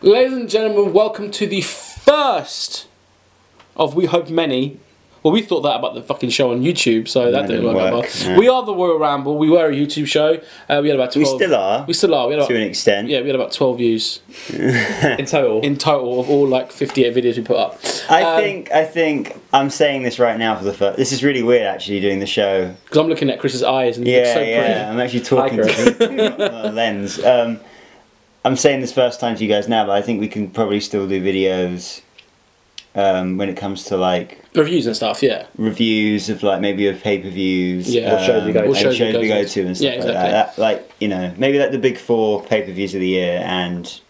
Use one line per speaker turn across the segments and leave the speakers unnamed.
Ladies and gentlemen, welcome to the first of we hope many. Well, we thought that about the fucking show on YouTube, so that, didn't, work, out
work,
well.
no.
We are the Royal Ramble. We were a YouTube show. Uh, we had about
We
twelve.
still are.
We still are. We had about,
to an extent.
yeah, we had about twelve views
in total.
in total of all like fifty-eight videos we put up.
I
Um,
think I think I'm saying this right now for the first. This is really weird, actually, doing the show.
because I'm looking at Chris's eyes and he looks
Yeah,
so pretty.
yeah. I'm actually talking
Hi,
to the lens. Um, I'm saying this first time to you guys now, but I think we can probably still do videos um, when it comes to like
Reviews and stuff. Yeah.
reviews of like maybe of pay per views.
Yeah. Or
shows we go
to. Or
and shows we go to and stuff
Yeah,
like
exactly.
that. that. Like you know, maybe like the big four pay per views of the year and.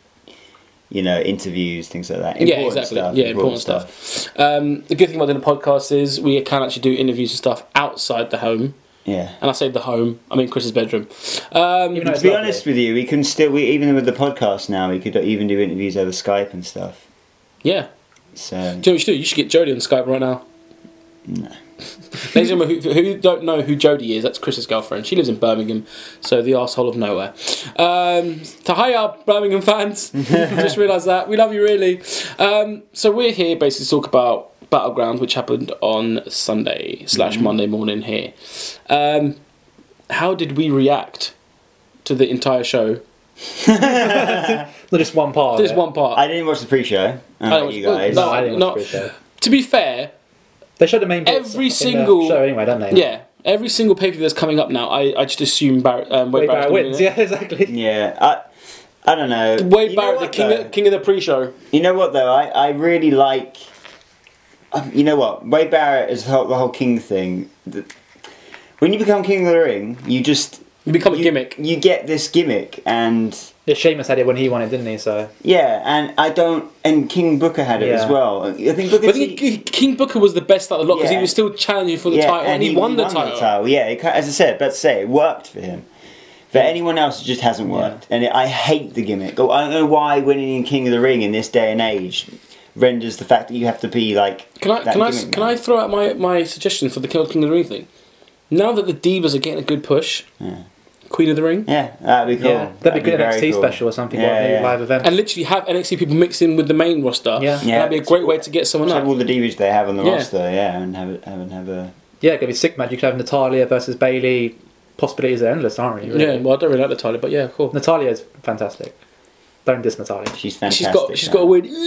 You know, interviews, things like that.
yeah, exactly. yeah, important stuff. Um, the good thing about doing a podcast is we can actually do interviews and stuff outside the home.
Yeah.
And I say the home, I mean Chris's bedroom. Um,
Even though
To be
lovely.
honest with you, we can still we even with the podcast now we could even do interviews over Skype and stuff.
yeah.
So
Do you know what you should do? You should get Jodie on Skype right now. No. Ladies and gentlemen, who, who don't know who Jodie is, that's Chris's girlfriend. She lives in Birmingham, so the arsehole of nowhere. Um, to hi up, Birmingham fans. Just realised that. We love you, really. Um, so we're here basically to talk about Battleground, which happened on Sunday slash Monday morning here. Um, how did we react to the entire show?
Not just one part.
There's one part.
I didn't watch the pre-show. I don't know
watched-
you guys.
Oh, no,
I didn't watch
No.
the pre-show.
to be fair,
They showed the main bits
Every
in the
single-
show anyway, don't they?
Yeah, every single pay per view that's coming up now, I, I just assume Barrett, um, Wade Barrett's
Wade Barrett
gonna
wins.
win it.
Yeah, exactly.
Yeah, I I don't know.
Wade
You know
Barrett,
what,
the king
though?
of, king of the pre-show.
You know what though? I I really like. um, You know what? Wade Barrett is the whole, the whole king thing. The- When you become king of the ring, you just
You become a
you-
gimmick.
You get this gimmick and.
Yeah, Sheamus had it when he won it, didn't he? So
Yeah, and I don't. And King Booker had it as
Yeah.
well. I think Booker.
But I think K-
T-
King Booker was the best out of the lot because he
Yeah.
was still challenging for the title and, he, won, the, title.
Yeah, it, ki- as I said, but say it worked for him. For anyone else, it just hasn't worked. And it, I hate the gimmick. Oh, I don't know why winning in King of the Ring in this day and age renders the fact that you have to be like.
Can I
that
can I
gimmick
can
man.
I throw out my, my suggestion for the King of the Ring thing? Now that the divas are getting a good push, Queen of the Ring,
Yeah, that'd be cool.
yeah, that'd be good
very
NXT
cool.
special or something.
Yeah,
like maybe
yeah.
live event.
and literally have NXT people mix in with the main roster,
Yeah.
and
Yeah.
that'd be a great way to get someone
Just have all
up.
the divas they have on the
Yeah.
roster, yeah, and have it, have, and have a.
yeah, it could be sick match. You could have Natalia versus Bailey. Possibilities are endless, aren't they?
Yeah, well, I don't really like the title, but yeah, cool.
Natalia's fantastic. Don't diss Natalia.
She's fantastic.
She's got she's got a
man.
weird.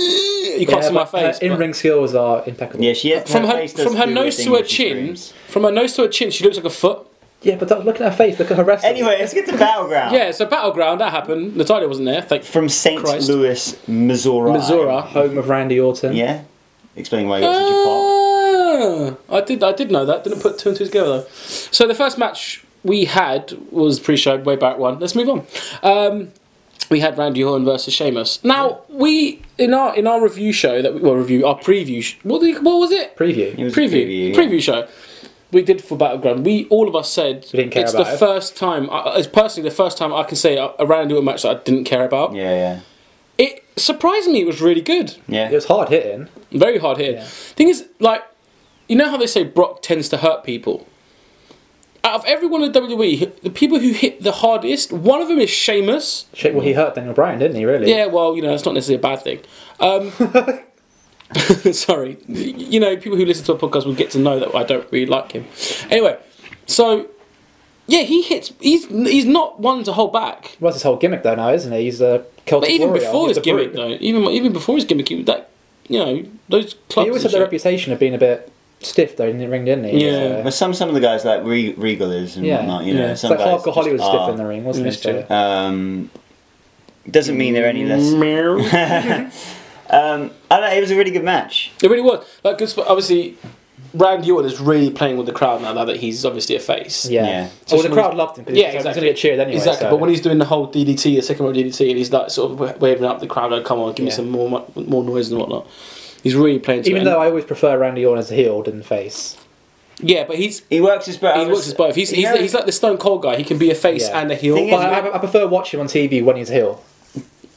You can't
Yeah,
see my
but her
face. but-
in-ring skills are impeccable.
Yeah, she has,
from her,
face does
from her
do a
nose
thing
to her
when she
chin,
screams.
from her nose to her chin, she looks like a foot.
Yeah, but look at her face. Look at her wrestling.
Anyway, let's get to battleground.
Yeah, so battleground that happened. Natalia wasn't there. Thank
From St.
Christ.
Louis, Missouri.
Missouri.
home of Randy Orton.
Yeah. Explain why you got such a pop.
Uh, Ah, I did, I did know that. Didn't put two and two together though. So the first match we had was pre-show way back one. Let's move on. Um, we had Randy Orton versus Sheamus. Now we in our in our review show that we, well review our preview sh- what do you- what was it
Preview.
was a
preview
preview,
preview,
yeah.
show we did for battleground we all of us said
We didn't care
it's
about
the
it.
first time I- it's personally the first time i can say a, a randy orton match that i didn't care about
Yeah, yeah.
it surprised me it was really good
Yeah.
It was hard hitting.
very hard hitting
Yeah.
thing is like you know how they say brock tends to hurt people out of everyone in WWE, the people who hit the hardest, one of them is Sheamus.
Shit, well, he hurt Daniel Bryan, didn't he? Really?
Yeah, well, you know, it's not necessarily a bad thing. Um, sorry. You know, people who listen to a podcast will get to know that I don't really like him. Anyway, so, yeah, he hits. He's, he's not one to hold back.
What's his whole gimmick though now, isn't he? He's uh, a Celtic
But even
warrior.
before
He's
his
a brute.
gimmick, though, even even before his gimmick, he, that you know those clubs.
He
and
always had the
shit.
reputation of being a bit stiff though in the ring, didn't he?
Yeah.
But some some of the guys like Re- Regal is and
Yeah,
whatnot, you know.
yeah.
it's
Some
like
guys
hardcore
just
Hollywood was stiff
are.
in the ring, wasn't
Yes,
it? So,
Um, doesn't mean they're any less.
Mm. Meow.
Um, I don't know, it was a really good match.
it really was like good. Spot. Obviously, Randy Orton is really playing with the crowd now, now that he's obviously a face.
yeah.
Yeah.
Well, the
Especially
crowd
when-
loved him because
Yeah,
he was going
exactly.
to get cheered anyway.
Exactly,
so-
but when he's doing the whole DDT, the second row DDT, and he's like sort of wa- waving up the crowd, like, "Come on, give me
Yeah.
some more mu- more noise and whatnot." He's really playing. To
even
it. And-
though I always prefer Randy Orton as a heel than face.
yeah, but he's
He works his
he
both.
works as both. He's he's,
yeah,
like- he's like the Stone Cold guy. He can be a face
Yeah.
and a heel.
Thing
But
is-
I, I- I prefer watching him on TV when he's a heel.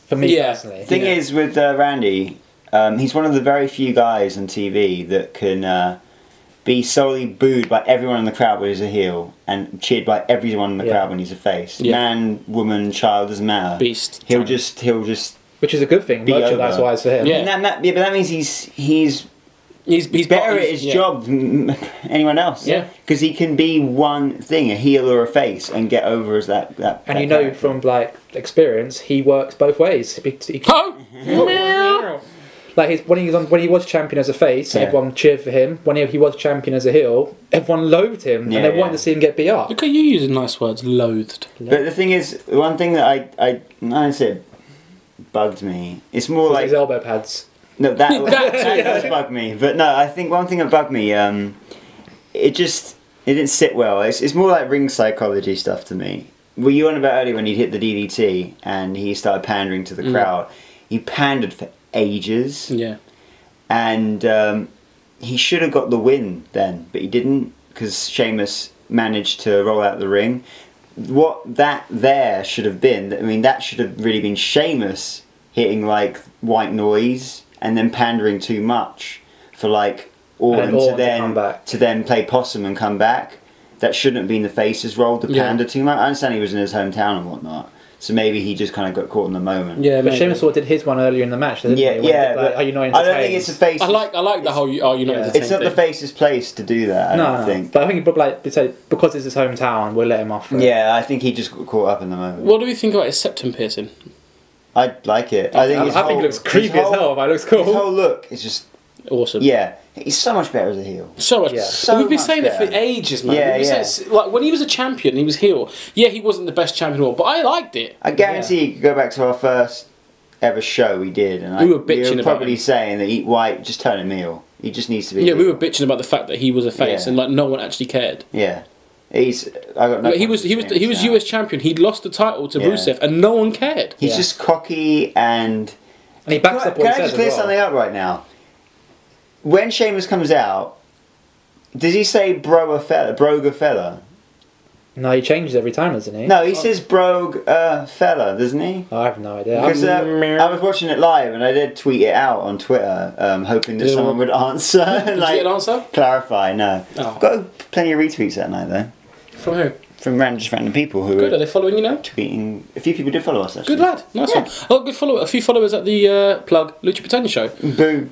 For me
Yeah.
personally.
thing
yeah.
is with uh, Randy, um, he's one of the very few guys on TV that can uh, be solely booed by everyone in the crowd when he's a heel and cheered by everyone in the
Yeah.
crowd when he's a face.
Yeah.
Man, woman, child doesn't matter.
Beast.
He'll just he'll just
which is a good thing
Be
merchandise wise for him.
Yeah.
And that, that, yeah, but that means he's he's
He's, he's
better
he's-
at his
yeah.
job than anyone else.
Yeah.
Because he can be one thing, a heel or a face, and get over as that. that
And
that
you know
character.
from like experience, he works both ways. He, he-
Oh! Meow.
like his, when he was on, when he was champion as a face,
Yeah.
everyone cheered for him. When he, he was champion as a heel, everyone loathed him,
Yeah,
and they
yeah.
wanted to see him get beat up.
Look at you using nice words, loathed.
But the thing is, one thing that I I I said bugged me. It's more
Like,
like
his elbow pads.
No, that,
That
that,
too,
does bug me. But no, I think one thing that bugged me, um, it just it didn't sit well. It's, it's more like ring psychology stuff to me. Were you on about earlier when he hit the DDT and he started pandering to the crowd? He pandered for ages,
Yeah.
and um, he should have got the win then, but he didn't because Sheamus managed to roll out the ring. What that there should have been, I mean, that should have really been Sheamus hitting like white noise and then pandering too much for like Orton
then Orton
to
to
then
come back.
to then play possum and come back. That shouldn't have been the face's role to
Yeah.
pander too much. I understand he was in his hometown and whatnot, so maybe he just kind of got caught in the moment.
Yeah,
But
maybe.
Sheamus sort of did his one earlier in the match, didn't
yeah,
he? When he
yeah.
did, like,
but
Are you oh, not
I don't think it's a face.
entertained?
I like I like the whole oh, you are you not
Yeah.
entertained
It's not the
thing.
face's place to do that. I
No,
don't
no,
think.
but I think he probably like, they say, because it's his hometown, we'll let him off. for it.
yeah, I think he just got caught up in the moment.
What do we think about his septum piercing?
I like it. I think.
I,
his
I think
whole-
it looks
his
creepy
whole-
as hell. But it looks
His
cool.
whole look is just
Awesome.
yeah. He's so much better as a heel.
So much.
Yeah.
So
We've been
much
saying it for
better.
ages, man.
Yeah,
We've been
yeah.
saying it's- like when he was a champion, he was heel. Yeah, he wasn't the best champion of all, but I liked it.
I guarantee you could go back to our first ever show we did, and I,
We were bitching about
probably
him.
saying that Eat White just turn him heel. He just needs to be.
Yeah, we were bitching about the fact that he was a face,
Yeah.
and like no one actually cared.
Yeah, he's. I got no.
Like, he was he was he was
now.
US champion. He'd lost the title to
Yeah.
Rusev, and no one cared.
He's
Yeah.
just cocky and.
And he backs
Can I-
up what he
can I
says
just clear
as well.
something up right now? When Sheamus comes out, does he say bro a fella, broga fella?
No, he changes every time, doesn't he? Oh,
No, he says brogue uh, fella, doesn't he?
Um,
I have no idea.
Because
I'm-
uh, I was watching it live and I did tweet it out on Twitter, um, hoping that
Did
someone would answer,
Did you
like
get an answer
clarify. No,
Oh.
got plenty of retweets that night though
from who?
from random, just random people who
Good. Are
were
they following you now?
tweeting. A few people did follow us. Actually.
Good lad, nice
Yeah.
one. Oh, good follow. A few followers at the uh, plug Lucha Britannia show.
Boo.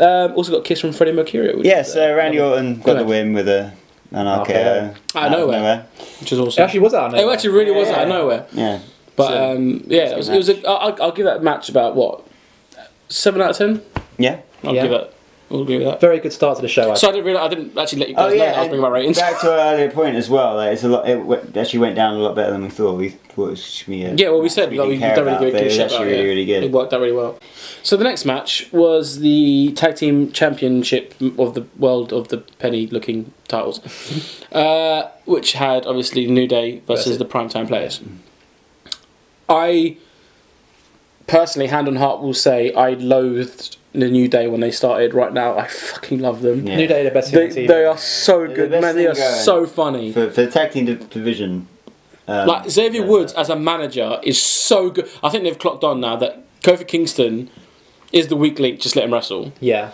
Um, also got a kiss from Freddie Mercurio. Which
Yeah,
is,
so Randy Orton got the
Good.
win with a an
RKO.
RKO.
Out of nowhere. which is
It
awesome. Oh,
actually was out of
It
nowhere.
actually really was out of
Yeah.
nowhere.
Yeah.
But
So-
um, yeah, it was, it was a, I'll, I'll give that match about what seven out of ten.
Yeah.
I'll
Yeah.
give that. We'll give that.
Very good start to the show. I
So I didn't realize I didn't actually let you guys know that I was
and
bringing my ratings.
Oh, Back to our earlier point as well. Like, it's a lot. It w- actually went down a lot better than we thought. We thought it was just gonna be. A
Yeah, well, we said
we
like, we
didn't care
don't really
about,
give
but
a
it was
shit
actually
about
really,
it.
really good.
It worked out really well. So the next match was the tag team championship of the world of the penny-looking titles, uh, which had obviously New Day versus
Versus-
the primetime players. I personally, hand on heart, will say I loathed the New Day when they started. Right now, I fucking love them.
Yeah.
New Day, the best
They,
team.
they are so
the
good,
best
man. They
thing
are
going.
so funny.
For, for the tag team div- division, um,
Like Xavier Woods as a manager is so good. I think they've clocked on now that Kofi Kingston is the weak link. Just let him wrestle.
yeah.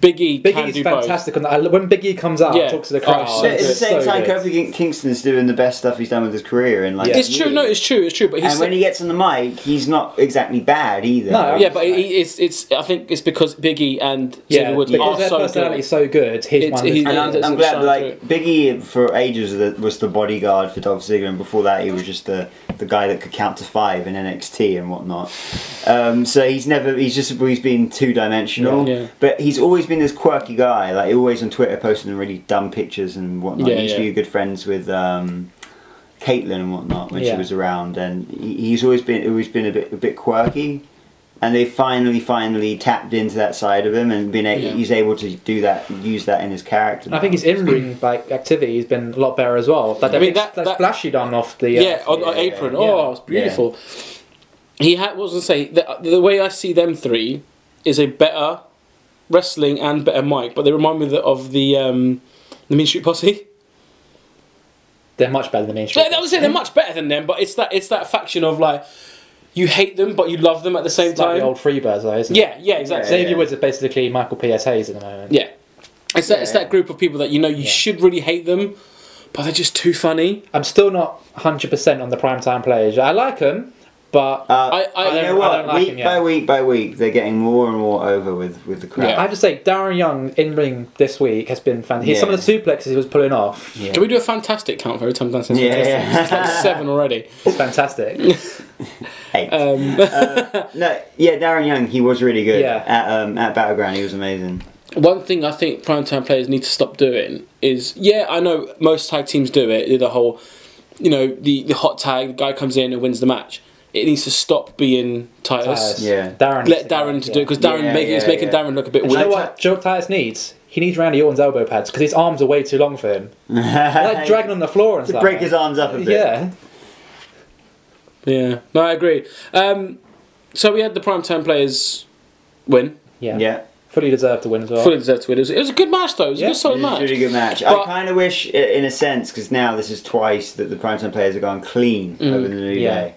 Big E
Big
can
E's
do
fantastic. On that. I lo- When Big E comes out,
Yeah.
talks to the
Oh,
crowd.
so
But at the
It's
same
so
time,
good.
Kofi Kin- Kingston's doing the best stuff he's done with his career in like.
both.
Yeah.
It's true. No, it's true. It's true. But he's
and when he gets on the mic, he's not exactly bad either.
No,
yeah, but he, it's it's. I think it's because Big E and
yeah,
Xavier Woods
because
are
their
so
personality
good.
is Oh, so good. He's
It's-
one of the-
he's-
And
Yeah,
I'm, I'm
it's
glad,
shine
like Biggie, for ages that was the bodyguard for Dolph Ziggler, and before that he was just the, the guy that could count to five in NXT and whatnot. Um, so he's never, he's just always been two dimensional.
Yeah. Yeah.
But he's always been this quirky guy, like always on Twitter posting really dumb pictures and whatnot.
Yeah,
he used to
yeah.
be good friends with um, Caitlyn and whatnot when she
Yeah.
was around, and he, he's always been always been a bit a bit quirky. And they finally, finally tapped into that side of him, and been a-
Yeah.
he's able to do that, use that in his character.
I think his in ring like activity has been a lot better as well. Like,
I mean,
big-
that- that-
splash he done off the uh,
yeah, on, on
yeah, yeah,
apron.
yeah.
Oh, it's beautiful. He had. What was I say? The, the way I see them three is a better wrestling and better mic, but they remind me of the, of the um, the Mean Street Posse.
They're much better than the Street.
Yeah, that was it. They're much better than them, but it's that it's that faction of like you hate them but you love them at the same
It's like
time.
the old Freebirds, though, isn't it?
yeah, yeah, exactly.
Xavier
yeah.
Woods is basically Michael P.S. Hayes at the moment.
Yeah, it's that it's
Yeah.
that group of people that you know you should really hate them, but they're just too funny.
I'm still not 100% on the primetime players. I like them. But
I-
Uh,
I-
you
I
know
don't
what?
like
week
him yet.
by week by week, they're getting more and more over with with the crowd.
Yeah.
I have to say, Darren Young in ring this week has been fantastic.
Yeah.
Some of the suplexes he was pulling off,
Yeah.
Can we do a fantastic count for every time Dan says
Yeah,
fantastic?
yeah.
It's like seven already.
it's fantastic.
Eight.
Um,
Uh, no, yeah, Darren Young, he was really good
Yeah.
at um, at Battleground. He was amazing.
One thing I think primetime players need to stop doing is, yeah, I know most tag teams do it. do The whole, you know, the, the hot tag, the guy comes in and wins the match. It needs to stop being Titus.
Titus.
Yeah.
Uh, Darren.
Let Darren to do it because Darren
Yeah,
make, it's
yeah,
making
yeah.
Darren look a bit
You know
weird.
what? Joe Titus needs. He needs Randy Orton's elbow pads because his arms are way too long for him. like dragging on the floor and
to
stuff.
break his arms up a bit.
Yeah.
Yeah, no, I agree. Um, so we had the primetime players win.
Yeah.
Yeah.
Fully deserved to win as well.
Fully deserved to win. It was, it was a good match though. It was
Yeah.
a good solid
It was a really
match.
good match.
But-
I kind of wish, i- in a sense, because now this is twice that the primetime players have gone clean
Mm,
over the New
yeah.
Day.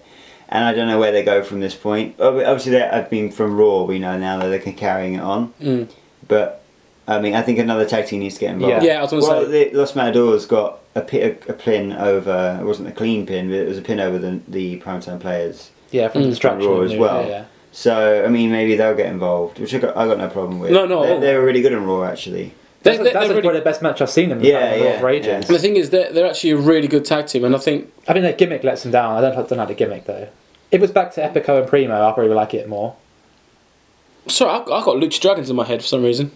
And I don't know where they go from this point. Ob- Obviously, they- I've been from Raw, we know now that they're carrying it on.
Mm.
But, I mean, I think another tag team needs to get involved.
Yeah, I was gonna
well,
say-
the Los Matadors got a, pi- a, a pin over, it wasn't a clean pin, but it was a pin over the, the primetime players.
Yeah,
Mm.
from the distraction.
Raw
of
as
New-
well.
Yeah.
So, I mean, maybe they'll get involved, which I got, I got no problem with.
No, no.
They, they were really good in Raw, actually.
They-
That's,
they-
that's
they're
probably
really-
the best match I've seen them in
Yeah,
yeah, yeah,
yeah,
for ages.
The thing is, they're, they're actually a really good tag team, and I think
I mean, their gimmick lets them down. I don't, I don't like the gimmick though. If it was back to Epico and Primo, I probably would like it more.
Sorry, I've, I've got Lucha Dragons in my head for some reason.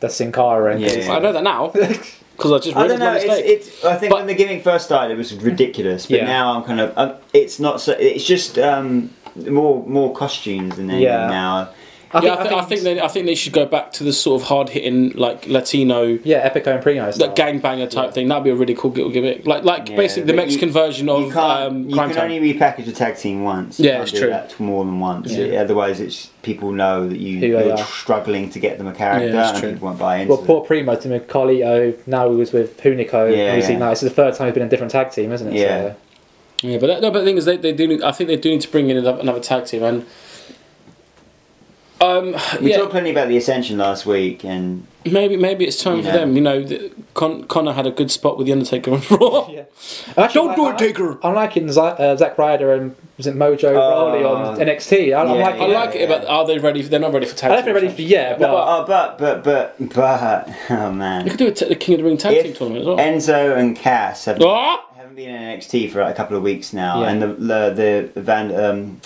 The Sin Cara and
Yeah.
I know that now because I just
I
realised
don't know.
my mistake.
It's, it's, I think
But-
when the gimmick first started, it was ridiculous. But
Yeah.
now I'm kind of. Um, it's not so. It's just um, more more costumes than anything
Yeah.
now.
I
yeah, I, think, I think they, I think they should go back to the sort of hard hitting like Latino.
yeah, Epico and Primo.
That
style.
gangbanger type thing, that'd be a really cool little gimmick. Like, like
Yeah,
basically the
but you-
Mexican version
You
of
can't.
um,
you
Crime
can
Time.
only repackage a tag team once. You
Yeah,
can't
it's
do
true.
That more than once.
Yeah.
Otherwise, it's people know that you,
Who they
you're
are.
struggling to get them a character,
Yeah, it's
and
true.
people won't buy into.
Well, poor Primo to me, Carlito. Now he was with Hunico.
Yeah,
Yeah, obviously,
yeah.
now this is the third time he's been in a different tag team, isn't it?
Yeah.
So,
Yeah, but that, no, but the thing is, they, they do. Need, I think they do need to bring in another, another tag team, and um,
it. We
yeah,
talked plenty about the Ascension last week, and
maybe maybe it's time for
Yeah.
them. You know, the, Con, Connor had a good spot with the Undertaker on Raw.
yeah. I'm actually
Don't
like-
do
I-
it, Taker.
I'm liking Zack uh, Zack Ryder and was it Mojo Rawley on NXT. I, I'm
Ah. yeah,
liking
I
it.
like it, but are they ready? For, they're not ready for tag.
I don't think they're ready for yeah, but
oh, but but but but oh man,
You could do a t- the King of the Ring tag team
if
tournament as well.
Enzo and Cass have
Ah!
I haven't been in NXT for like a couple of weeks now,
Yeah.
and the the, the Van um,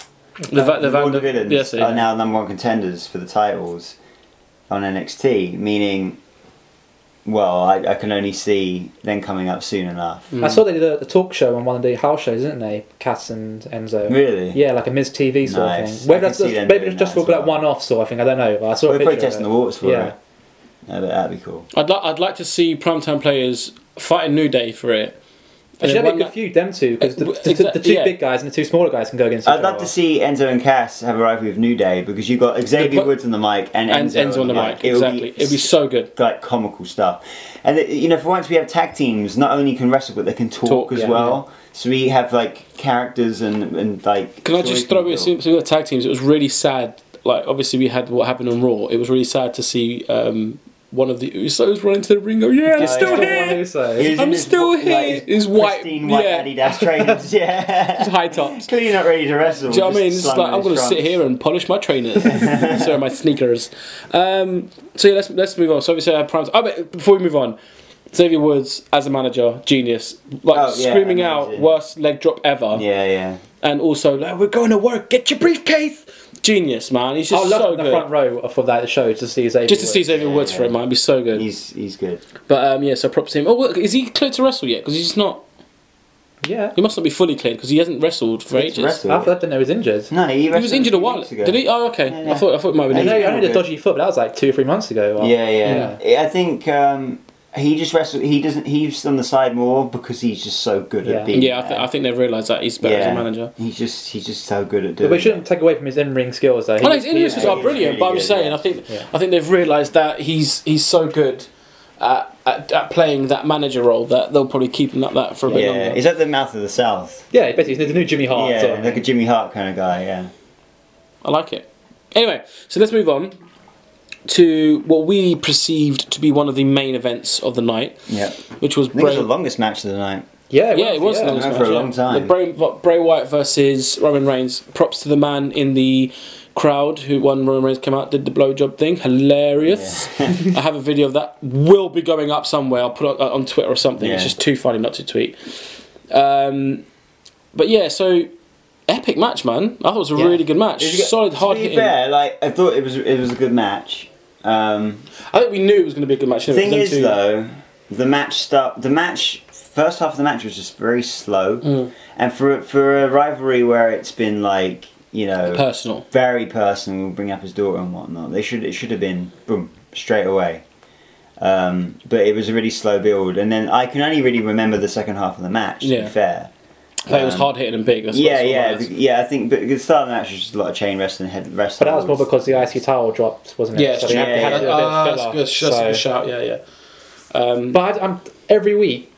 The, va- the,
the
Van
Van villains
yes, yeah.
are now number one contenders for the titles on NXT, meaning, well, I, I can only see them coming up soon
Mm.
enough.
I saw they did a, a talk show on one of the house shows, didn't they? Cass and Enzo.
Really?
Yeah, like a Miz TV sort
Nice.
of
I
thing. Whether
can
that's
see
just,
them
maybe
doing
it's just
that
for
as
like
well.
one off sort of thing. I don't know. But I saw a
We're
picture of
protesting
it.
the waters for
Yeah.
it. No, but that'd be cool.
I'd, li- I'd like to see primetime players fighting New Day for it.
Actually,
then
that'd
one
be a
that-
good feud, them two, because the,
Uh,
the, the,
exact-
two
yeah.
big guys and the two smaller guys can go against each
I'd love to
other.
see Enzo and Cass have a rivalry with New Day because you've got Xavier
put-
Woods on the mic and
And
Enzo,
Enzo on the mic,
It would
exactly. It'd be so good.
like comical stuff. And it- you know, for once we have tag teams. Not only can wrestle, but they can talk,
Talk,
as
yeah,
well. So we have like characters and and like.
Can I
stories
just throw it
we build.
some some of the tag teams? It was really sad. Like obviously we had what happened on Raw. It was really sad to see um, one of the Usos run into the ring. Oh yeah, I'm still
yeah.
here.
He was in
I'm
his
still
wa-
here.
Like,
His
his
white-
pristine white
yeah.
Adidas trainers. Yeah.
High tops. Do
Clearly not ready to wrestle.
you know what I
just
mean? It's
slung
like
on
I'm
his
gonna sit
trunks.
here and polish my trainers. Sorry, my sneakers. Um, so yeah, let's let's move on. So obviously, uh, prime. Oh, but before we move on, Xavier Woods as a manager, genius. Like
Oh, yeah,
screaming out,
amazing.
worst leg drop ever.
Yeah, yeah.
and also like we're going to work. Get your briefcase. Genius, man. He's
I
just
love
so
in the
good.
front row for that show to see Xavier.
just to see
Woods.
Xavier Woods for it, man, it'd be so good.
He's he's good.
but um, yeah, so props to him. Oh, look, is he cleared to wrestle yet? Because he's not.
Yeah.
He must not be fully cleared because he hasn't wrestled for ages.
Wrestle.
After that, then he was injured.
No, he,
He was injured a while.
ago.
Did he? Oh, okay.
Yeah, yeah.
I thought I thought it might have been
Yeah.
I know,
injured.
I know the dodgy foot, but that was like two or three months ago. Well,
Yeah, yeah, I think um, he just wrestled. He doesn't. He's on the side more because he's just so good
Yeah.
at being.
Yeah, I, th-
there.
I think they've realised that he's better as a manager.
He's just he's just so good at
But
doing.
we shouldn't take away from his in-ring skills, though.
I know Oh, his
He's-
interviews
yeah,
are
he's
brilliant,
really
but I'm
good,
saying
yeah.
I think
Yeah.
I think they've realised that he's he's so good. At, at, at playing that manager role, that they'll probably keep him at that for a
It.
bit
Yeah,
longer.
he's like the mouth of the south.
Yeah, basically, he's the new Jimmy
Oh,
Hart.
yeah,
sort of
like a
thing.
Jimmy Hart kind of guy. Yeah.
I like it. Anyway, so let's move on to what we perceived to be one of the main events of the night,
Yeah. I think
which was
it was the
Bray.
longest match of the night.
Yeah, it
Yeah, it was the longest
went
match
for a
yeah.
long time.
The Bray, Bray Wyatt versus Roman Reigns. Props to the man in the crowd who won Roman Reigns came out did the blowjob thing. Hilarious. I have a video of that. Will be going up somewhere. I'll put it uh, on Twitter or something. It's
Yeah.
just too funny not to tweet. Um, but yeah, so epic match, man. I thought it was a
Yeah.
really good match.
Did you get-
Solid, hard
to be
hitting.
fair, like I thought it was it was a good match. Um,
I think we knew it was going to be a good match. anyway,
thing
them
is
two-
though, the match start the match first half of the match was just very slow,
Mm.
and for for a rivalry where it's been like you know
personal.
very personal, will bring up his daughter and whatnot. They should it should have been boom straight away. Um, but it was a really slow build, and then I can only really remember the second half of the match. To
Yeah.
be fair,
I think it was hard hitting and big. That's what-
Um, yeah,
that's what
yeah,
matters.
bec- yeah. I think, but the start of the match was just a lot of chain wrestling, head
But
wrestling.
that was more because the IC title dropped, wasn't it?
Yeah,
So
it's
they
true.
had- they
yeah,
had to do a bit of
Ah, that's
filler,
good. That's a
so-
good shout. Yeah, yeah. Um,
But I, am every week,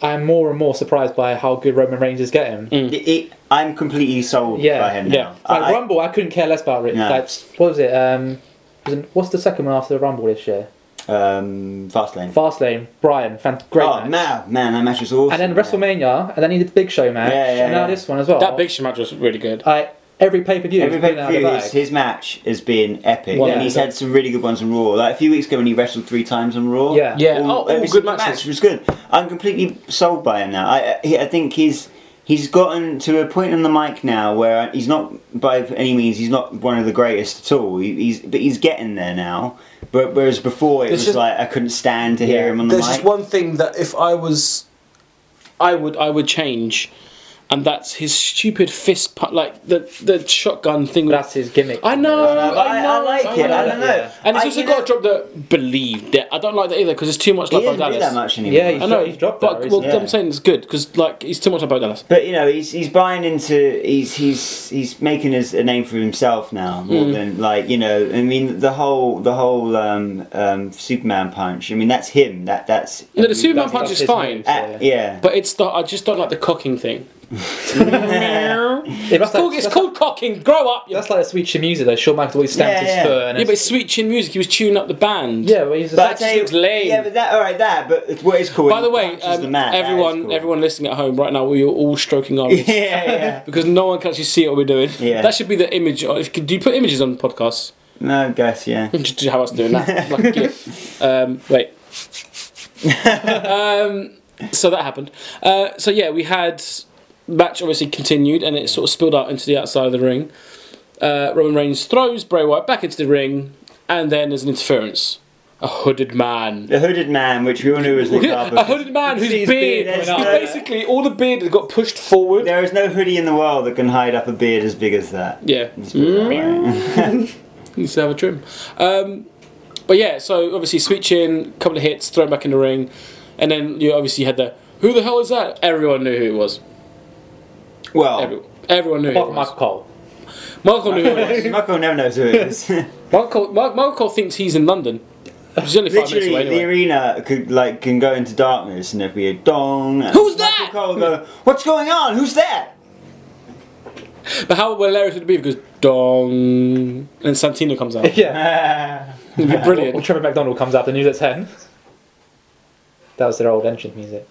I'm more and more surprised by how good Roman Reigns is getting.
Mm.
It, it, I'm completely sold
Yeah,
by him now.
yeah.
Like
I, I,
Rumble, I couldn't care less about it.
No.
Like, what was it? Um, was it- what's the second one after the Rumble this year?
um, Fastlane.
Fastlane, Brian, fan, great
oh,
match.
man, man, that match was awesome.
And then
man.
WrestleMania, and then he did the Big Show match,
Yeah, yeah,
and now
yeah.
this one as well.
That big match was really good.
Like, every pay per view.
Every pay per view, his, his match has been epic,
One
and he's
hundred.
had some really good ones on Raw. Like a few weeks ago, when he wrestled three times on Raw.
Yeah.
Yeah, oh, all
every
good
single
matches.
Match was good. I'm completely sold by him now. I, I- he- I think he's he's gotten to a point on the mic now where he's not by any means he's not one of the greatest at all. He, he's but he's getting there now. But whereas before it
There's
was
just-
like I couldn't stand to hear
Yeah.
him Um, on the
There's
mic.
just one thing that if I was, I would I would change, and that's his stupid fist pu- like the the shotgun thing.
That's his gimmick.
I know, I,
I, I,
know,
like
I
it.
know.
I don't know.
Yeah.
And it's
I,
also
you
got
know,
a drop that believed it. I don't like that either because it's too much
He
like Bo
didn't do
Dallas.
that much anymore.
Yeah, he's
I know,
He's dropped
but
that
well,
recently.
I'm saying it's good because like he's too much like Bo Dallas.
But you know, he's he's buying into he's he's he's making his, a name for himself now more
Mm.
than like you know. I mean, the whole the whole um, um, Superman punch. I mean, that's him. That that's
No, the Superman
that's-
punch
that's
is
his
fine,
move.
uh, yeah.
but it's the I just don't like the cocking thing.
It must
It's called,
like-
it's
that's-
called cocking. Grow up. you
That's like a sweet Shimizu though. Shawn Michaels always stamped
Yeah,
his
yeah.
foot. And
Yeah, but
it's-
it's sweet chin music. He was tuning up the band.
yeah, well, he's a-
that just looks lame.
Yeah, but that all right. That but what is cool?
By
when
the
he
way,
punches
um,
the man, that is
everyone,
cool.
everyone listening at home right now, we are all stroking our
Yeah,
wrists
yeah.
because no one can actually see what we're doing.
Yeah.
That should be the image. If, do you put images on podcasts?
no, I guess yeah.
Just do how us doing that, like a gif. Um, wait. um, so that happened. Uh, so yeah, we had match obviously continued, and it sort of spilled out into the outside of the ring. Uh, Roman Reigns throws Bray Wyatt back into the ring, and then there's an interference. A hooded man.
The hooded man, which we all knew was Nick Harper.
a hooded man whose
see
beard,
his beard
coming
is
up.
basically all the beard that got pushed forward.
There is no hoodie in the world that can hide up a beard as big as that.
Yeah,
Mm.
needs to have a trim. Um, but yeah, so obviously switch in, couple of hits, thrown back in the ring, and then you obviously had the who the hell is that? Everyone knew who it was.
Well,
Every, everyone knew who
apart
it
from
was.
Michael
Michael
Cole.
knew who it was.
Michael never knows who it is.
Michael, Mark, Michael thinks he's in London. He's only five minutes
Literally,
away
the
anyway.
arena could like can go into darkness, and there'd be a dong. And
Who's that?
Michael Cole go, What's going on? Who's that?
But how hilarious would it be because dong, and then Santino comes out.
Yeah.
It'd be
Or
brilliant.
Trevor McDonald comes out the news at ten. That was their old entrance music,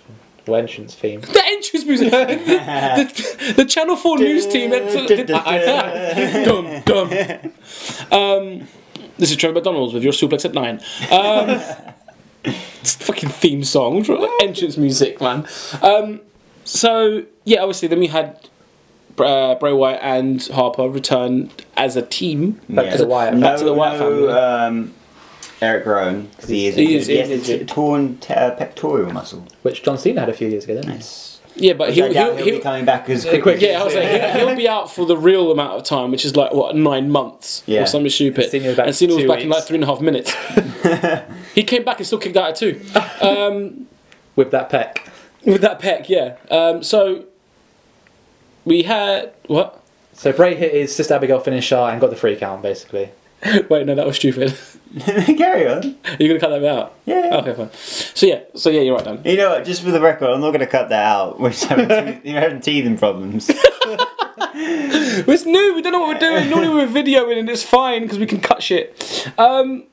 or entrance theme.
The entrance music. the, the, the Channel Four news team. Did, did, dum, dum. Um, this is Trevor McDonald's with your suplex at nine. Um, it's the fucking theme song, entrance music, man. Um, so yeah, obviously then we had uh, Bray Wyatt and Harper return as a team.
Back to the Wyatt.
Back to the Wyatt
Uh, no,
family.
um, Eric Rowan, because he is,
He is-
he has
he is
a t-
injured.
torn t- uh, pectoral muscle.
which John Cena had a few years ago, didn't he?
Yes.
Yeah, but
He'll,
he'll, he'll,
he'll be
he'll,
coming back as
Quick,
quickly.
yeah, I was saying he'll, he'll be out for the real amount of time, which is like what nine months
Yeah.
or something stupid.
Cena was back
and Cena was
two
back in like
weeks.
three and a half minutes. he came back and still kicked out at two.
With that peck.
With that peck, yeah. Um, so we had what?
So Bray hit his sister Abigail finisher and got the free count basically.
Wait, no, that was stupid.
Carry on.
You're gonna cut that bit out.
Yeah.
Okay, fine. So yeah, so yeah, you're right then.
You know what? Just for the record, I'm not going to cut that out. We're just having, teeth, you're having teething problems.
It's new. We don't know what we're doing. Normally we're videoing and it's fine because we can cut shit. Um,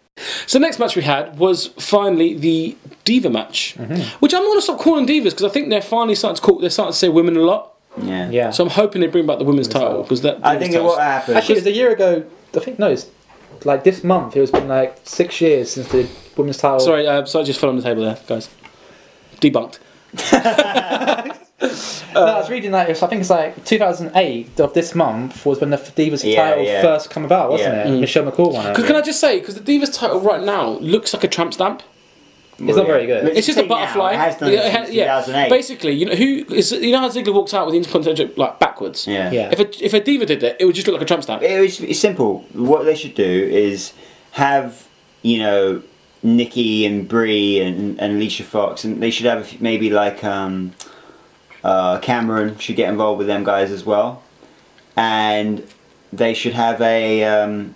So next match we had was finally the diva match, which I'm going to stop calling divas because I think they're finally starting to call. They're starting to say women a lot.
Yeah.
Yeah.
So I'm hoping they bring back the women's title
title.
because that.
I think it
women's
will
title's-
happen.
Actually, it was a year ago. I think no, it's like this month. It was been like six years since the women's title.
Sorry, uh, so I just fell on the table there, guys. Debunked.
no, I was reading that. it was- I think it's like 2008 of this month was when the Divas
Yeah,
title
yeah.
first come about, wasn't
Yeah.
it? Michelle McCool won it.
Because Mm. can I just say, because the divas title right now looks like a tramp stamp.
It's not very good.
But
It's just a
see now,
butterfly.
it has done
Yeah,
it
ha-
since
yeah.
2008.
Basically, you know who is you know how Ziggler walks out with the Intercontinental like backwards.
Yeah.
Yeah.
If a if a diva did that, it would just look like a tramp stamp.
It was it's simple. What they should do is have you know Nikki and Brie and, and Alicia Fox, and they should have a few- maybe like um, uh, Cameron should get involved with them guys as well, and they should have a um,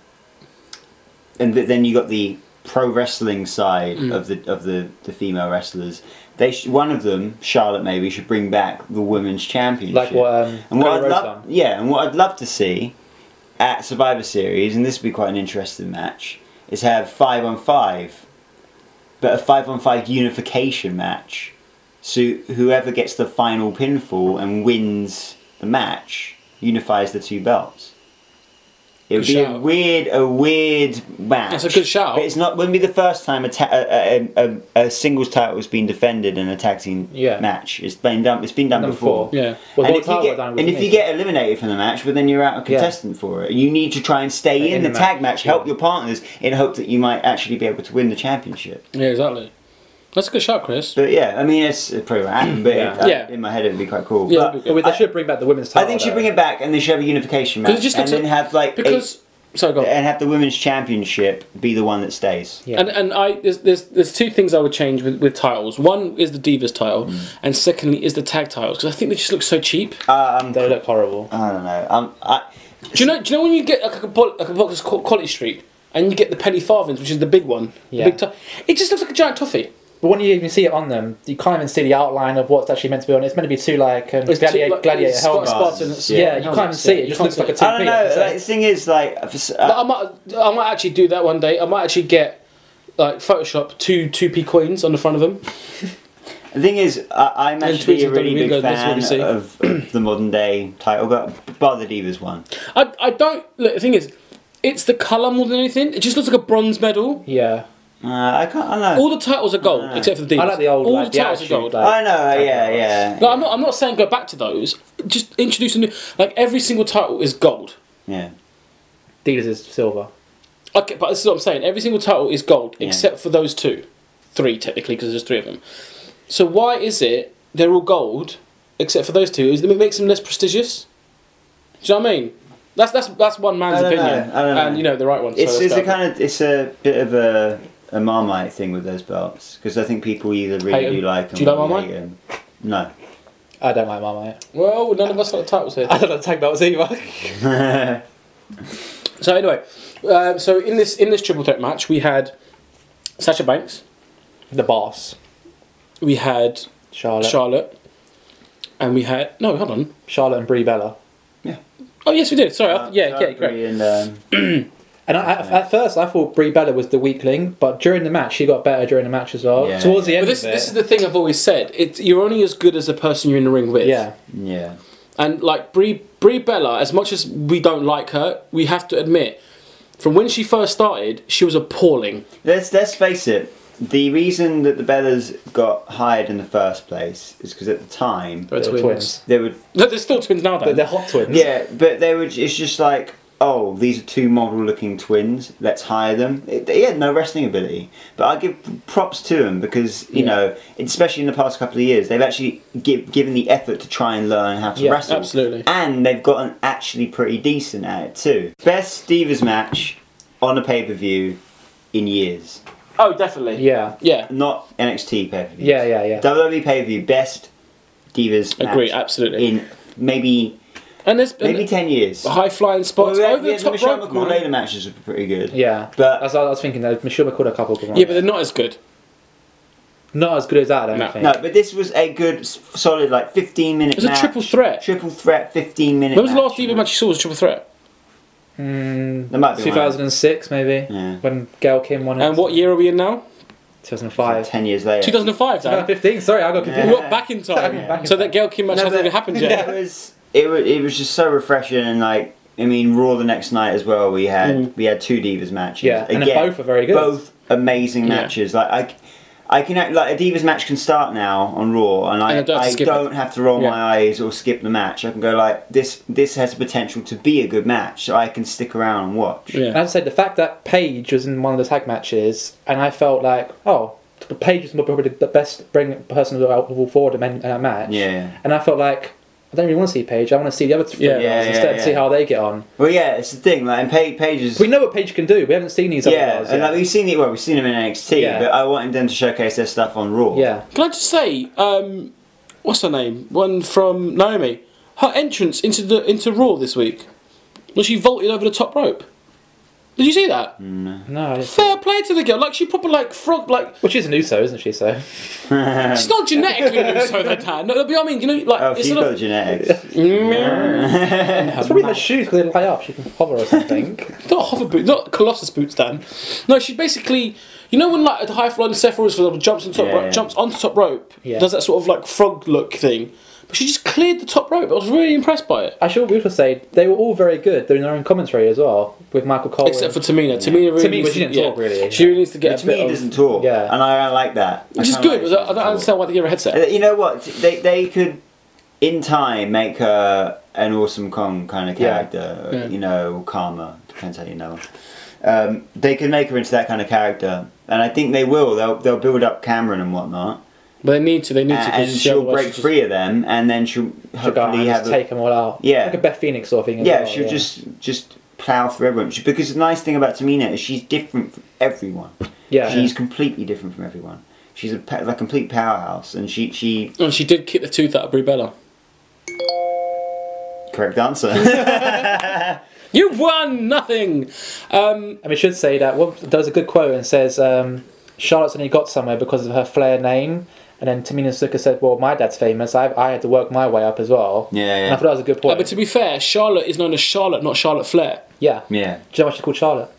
and th- then you got the pro wrestling side
Mm.
of the of the, the female wrestlers. They sh- one of them, Charlotte maybe, should bring back the women's championship.
Like what, um,
and what
Cody
I'd
Rhodes
love,
done.
yeah, and what I'd love to see at Survivor Series, and this would be quite an interesting match, is have five on five, but a five on five unification match. So whoever gets the final pinfall and wins the match unifies the two belts. It would
Good
be a
shout.
weird, a weird match.
That's a good shout.
But it's not. Wouldn't be the first time a, ta- a, a, a, a singles title has been defended in a tag team
Yeah.
match. It's been done. It's been done
Number
before.
four.
Yeah.
Well,
and if,
what
you
title
get,
done
and
was
if you
amazing.
get eliminated from the match, well, then you're out a
Yeah.
contestant for it. You need to try and stay in,
in
the,
the
tag match,
match,
help
yeah.
your partners, in hope that you might actually be able to win the championship.
Yeah, exactly. That's a good shot, Chris.
But yeah, I mean, it's it probably won't happen, but
Yeah.
it- I-
Yeah.
in my head, it'd be quite cool.
Yeah,
But
it'd be good.
But we- they should bring back the women's
I
title.
think she
though.
bring it back, and they should have a unification
Because
match,
it just
and
looks
then
like-
have like
Because sorry, go
a,
on.
and have the women's championship be the one that stays.
Yeah.
And and I there's, there's there's two things I would change with, with titles. One is the divas title,
Mm.
and secondly is the tag titles because I think they just look so cheap.
Uh,
Um,
They look horrible.
I don't know. Um, I,
do you know do you know when you get like a, bo- like a box called College Street and you get the penny farthings, which is the big one,
Yeah.
the big to- it just looks like a giant toffee.
But when you even see it on them, you can't even see the outline of what's actually meant to be on. it. It's meant to be two like um,
It's too-
gladiator,
like,
gladiator
Sp-
helmets.
Spartan-
Yeah,
yeah, you can't even
helmets,
see
yeah,
it. It
you
just
can't
looks
see
like a
it.
two
I don't know. Like, the thing is, like, for s-
But I
uh,
might, I might actually do that one day. I might actually get like Photoshop two two p coins on the front of them.
the thing is, I, I'm
And
actually
tweets
a
of
really
WWE
big
goes, "That's what
fan
we see."
of, of the modern day title, but bar the Divas one.
I, I don't. Look, the thing is, it's the color more than anything. It just looks like a bronze medal.
Yeah,
Uh, I can't. I don't know.
All the titles are gold
Ah.
except for the divas.
I like the old
All
like,
the
the
titles
attitude,
are gold.
like-
I know. Yeah,
Okay.
yeah.
no, I'm not. I'm not saying go back to those. Just introduce a new. Like every single title is gold.
yeah.
Divas is silver.
Okay, but this is what I'm saying. Every single title is gold except for those two, three technically because there's three of them. So why is it they're all gold except for those two? Is it makes them less prestigious? Do you know what I mean? That's that's that's one man's
I don't know,
opinion,
I don't know.
and you know the right one.
It's,
so
it's a
let's go.
kind of it's a bit of a, a marmite thing with those belts because I think people either really
Hate 'em.
do like them.
um, Do you like
or they
Marmite?
hate 'em. No.
I don't like Marmite.
Well, none of us like titles here.
I don't like tag belts either.
Oh, So anyway, um, so in this in this triple threat match, we had Sasha Banks,
the boss,
we had
Charlotte,
Charlotte, and we had no, hold on.
Charlotte and Brie Bella.
Yeah.
Oh yes, we did. Sorry,
Uh,
I- yeah, yeah,
Brie
correct.
And, um,
And I, I, at first, I thought Brie Bella was the weakling, but during the match, she got better during the match as well.
Yeah.
Towards the end
But this,
of it,
this is the thing I've always said. It's you're only as good as the person you're in the ring with.
yeah,
yeah.
And like Brie Brie Bella, as much as we don't like her, we have to admit, from when she first started, she was appalling.
Let's let's face it. The reason that the Bellas got hired in the first place is because at the time
They're
They're
twins.
twins.
they would
No, they're still twins now
but
though.
they're hot twins.
Yeah, but they were. It's just like, oh, these are two model-looking twins. Let's hire them. It, he had no wrestling ability, but I give props to him because you know, especially in the past couple of years, they've actually give, given the effort to try and learn how to
Yeah,
wrestle.
absolutely.
And they've gotten actually pretty decent at it too. Best Divas match on a pay-per-view in years,
Oh, definitely.
yeah,
Yeah.
not NXT pay-per-view.
yeah, yeah, yeah.
WWE E pay-per-view best Divas.
Agree,
match
absolutely.
In maybe
And there's and
maybe ten years.
high flying spots
Well, we had-
over
we
the
had
top
Michelle
rope.
McCool
man.
later matches were pretty good.
Yeah,
But-
that's what I was thinking. Though. Michelle McCool had a couple of good ones.
Yeah, but they're not as good.
not as good as that. I don't
No.
think.
No, but this was a good, s- solid, like fifteen minute.
It was a
match.
triple threat.
Triple threat, fifteen minute.
When was the last E
match.
even match you saw was a triple threat?
Mm,
There might be one.
2006 maybe
Yeah.
when Gail Kim won it.
And what year are we in now?
2005.
Ten years later.
2005, Dan.
2015. Sorry, I got confused.
We got back in time.
Yeah. Back in
so
time.
that Gail Kim match
No,
hasn't
but-
even happened yet.
It was it was it was just so refreshing and like I mean Raw the next night as well. We had
Mm.
we had two divas matches.
Yeah, and both are very good.
Both amazing
Yeah.
matches. Like I. c- I can act, like a divas match can start now on Raw, and I,
And you don't have to
I
skip
don't have to roll
Yeah.
my eyes or skip the match. I can go like this. This has potential to be a good match, so I can stick around and watch.
Yeah.
And As I said, the fact that Paige was in one of the tag matches, and I felt like, oh, Paige was probably the best bring person out of all four in that match.
Yeah.
And I felt like, I don't really want to see Paige. I want to see the other three
Yeah.
girls
Yeah, yeah,
instead,
yeah.
see how they get on.
Well, yeah, it's the thing. Like, and Paige, Paige is
We know what Paige can do. We haven't seen these other
yeah,
girls.
and like
yet.
we've seen it. Well, we've seen them in NXT,
Yeah.
but I wanted them to showcase their stuff on Raw.
yeah.
Can I just say, um, what's her name? One from Naomi. Her entrance into the into Raw this week when she vaulted over the top rope. Did you see that?
Mm. No. I didn't see it.
Fair play to the girl. Like she proper like frog like
Which is an Uso, isn't she? So
she's not genetically Uso that Dan. No, but I mean, you know, like
Oh,
it's
she's
sort
got the
of
genetics.
it's probably the shoes because they light up. She can hover or something.
not hover boots, not colossus boots, Dan. No, she basically, you know, when like the high flying Seth Rollins, for example, jumps on top
Yeah,
rope,
yeah.
jumps onto top rope,
Yeah.
does that sort of like frog look thing. But she just cleared the top rope. I was really impressed by it.
I should also say they were all very good. They're in their own commentary as well with Michael Cole.
Except for Tamina. Tamina really
Tamina,
needs
she
to-
didn't talk, really.
She really needs to get
To
a bit
me, it
of-
doesn't talk.
Yeah.
and I, I like that. I
which is
kinda
good. But
like she
I I don't
doesn't
understand why they give her a headset.
talk. You know what? They they could, in time, make her an awesome Kong kind of
Yeah.
character.
Yeah.
You know, Karma depends how you know. her. Um, they could make her into that kind of character, and I think they will. They'll they'll build up Cameron and whatnot,
But they need to. They need to.
and,
'cause
Uh, and
she-
she'll
otherwise
break
she's just-
free of them, and then she'll
to go out
hopefully
and
have
just
a,
take them all out.
Yeah.
like a Beth Phoenix sort of thing. as
Yeah,
Oh,
well,
she'll just just plow through everyone. She, because the nice thing about Tamina is she's different from everyone.
Yeah.
she's completely different from everyone. She's a, pa- a complete powerhouse, and she she
And Oh, she did kick the tooth out of Brie Bella.
correct answer.
You won nothing. Um,
And we should say that well, there's a good quote and says um, Charlotte's only got somewhere because of her flair name. And then Tamina Suka said, "Well, my dad's famous. I, I had to work my way up as well."
Yeah, yeah.
And I thought that was a good
uh,
point.
but to be fair, Charlotte is known as Charlotte, not Charlotte Flair,
yeah. Do
yeah,
you know why she's called Charlotte?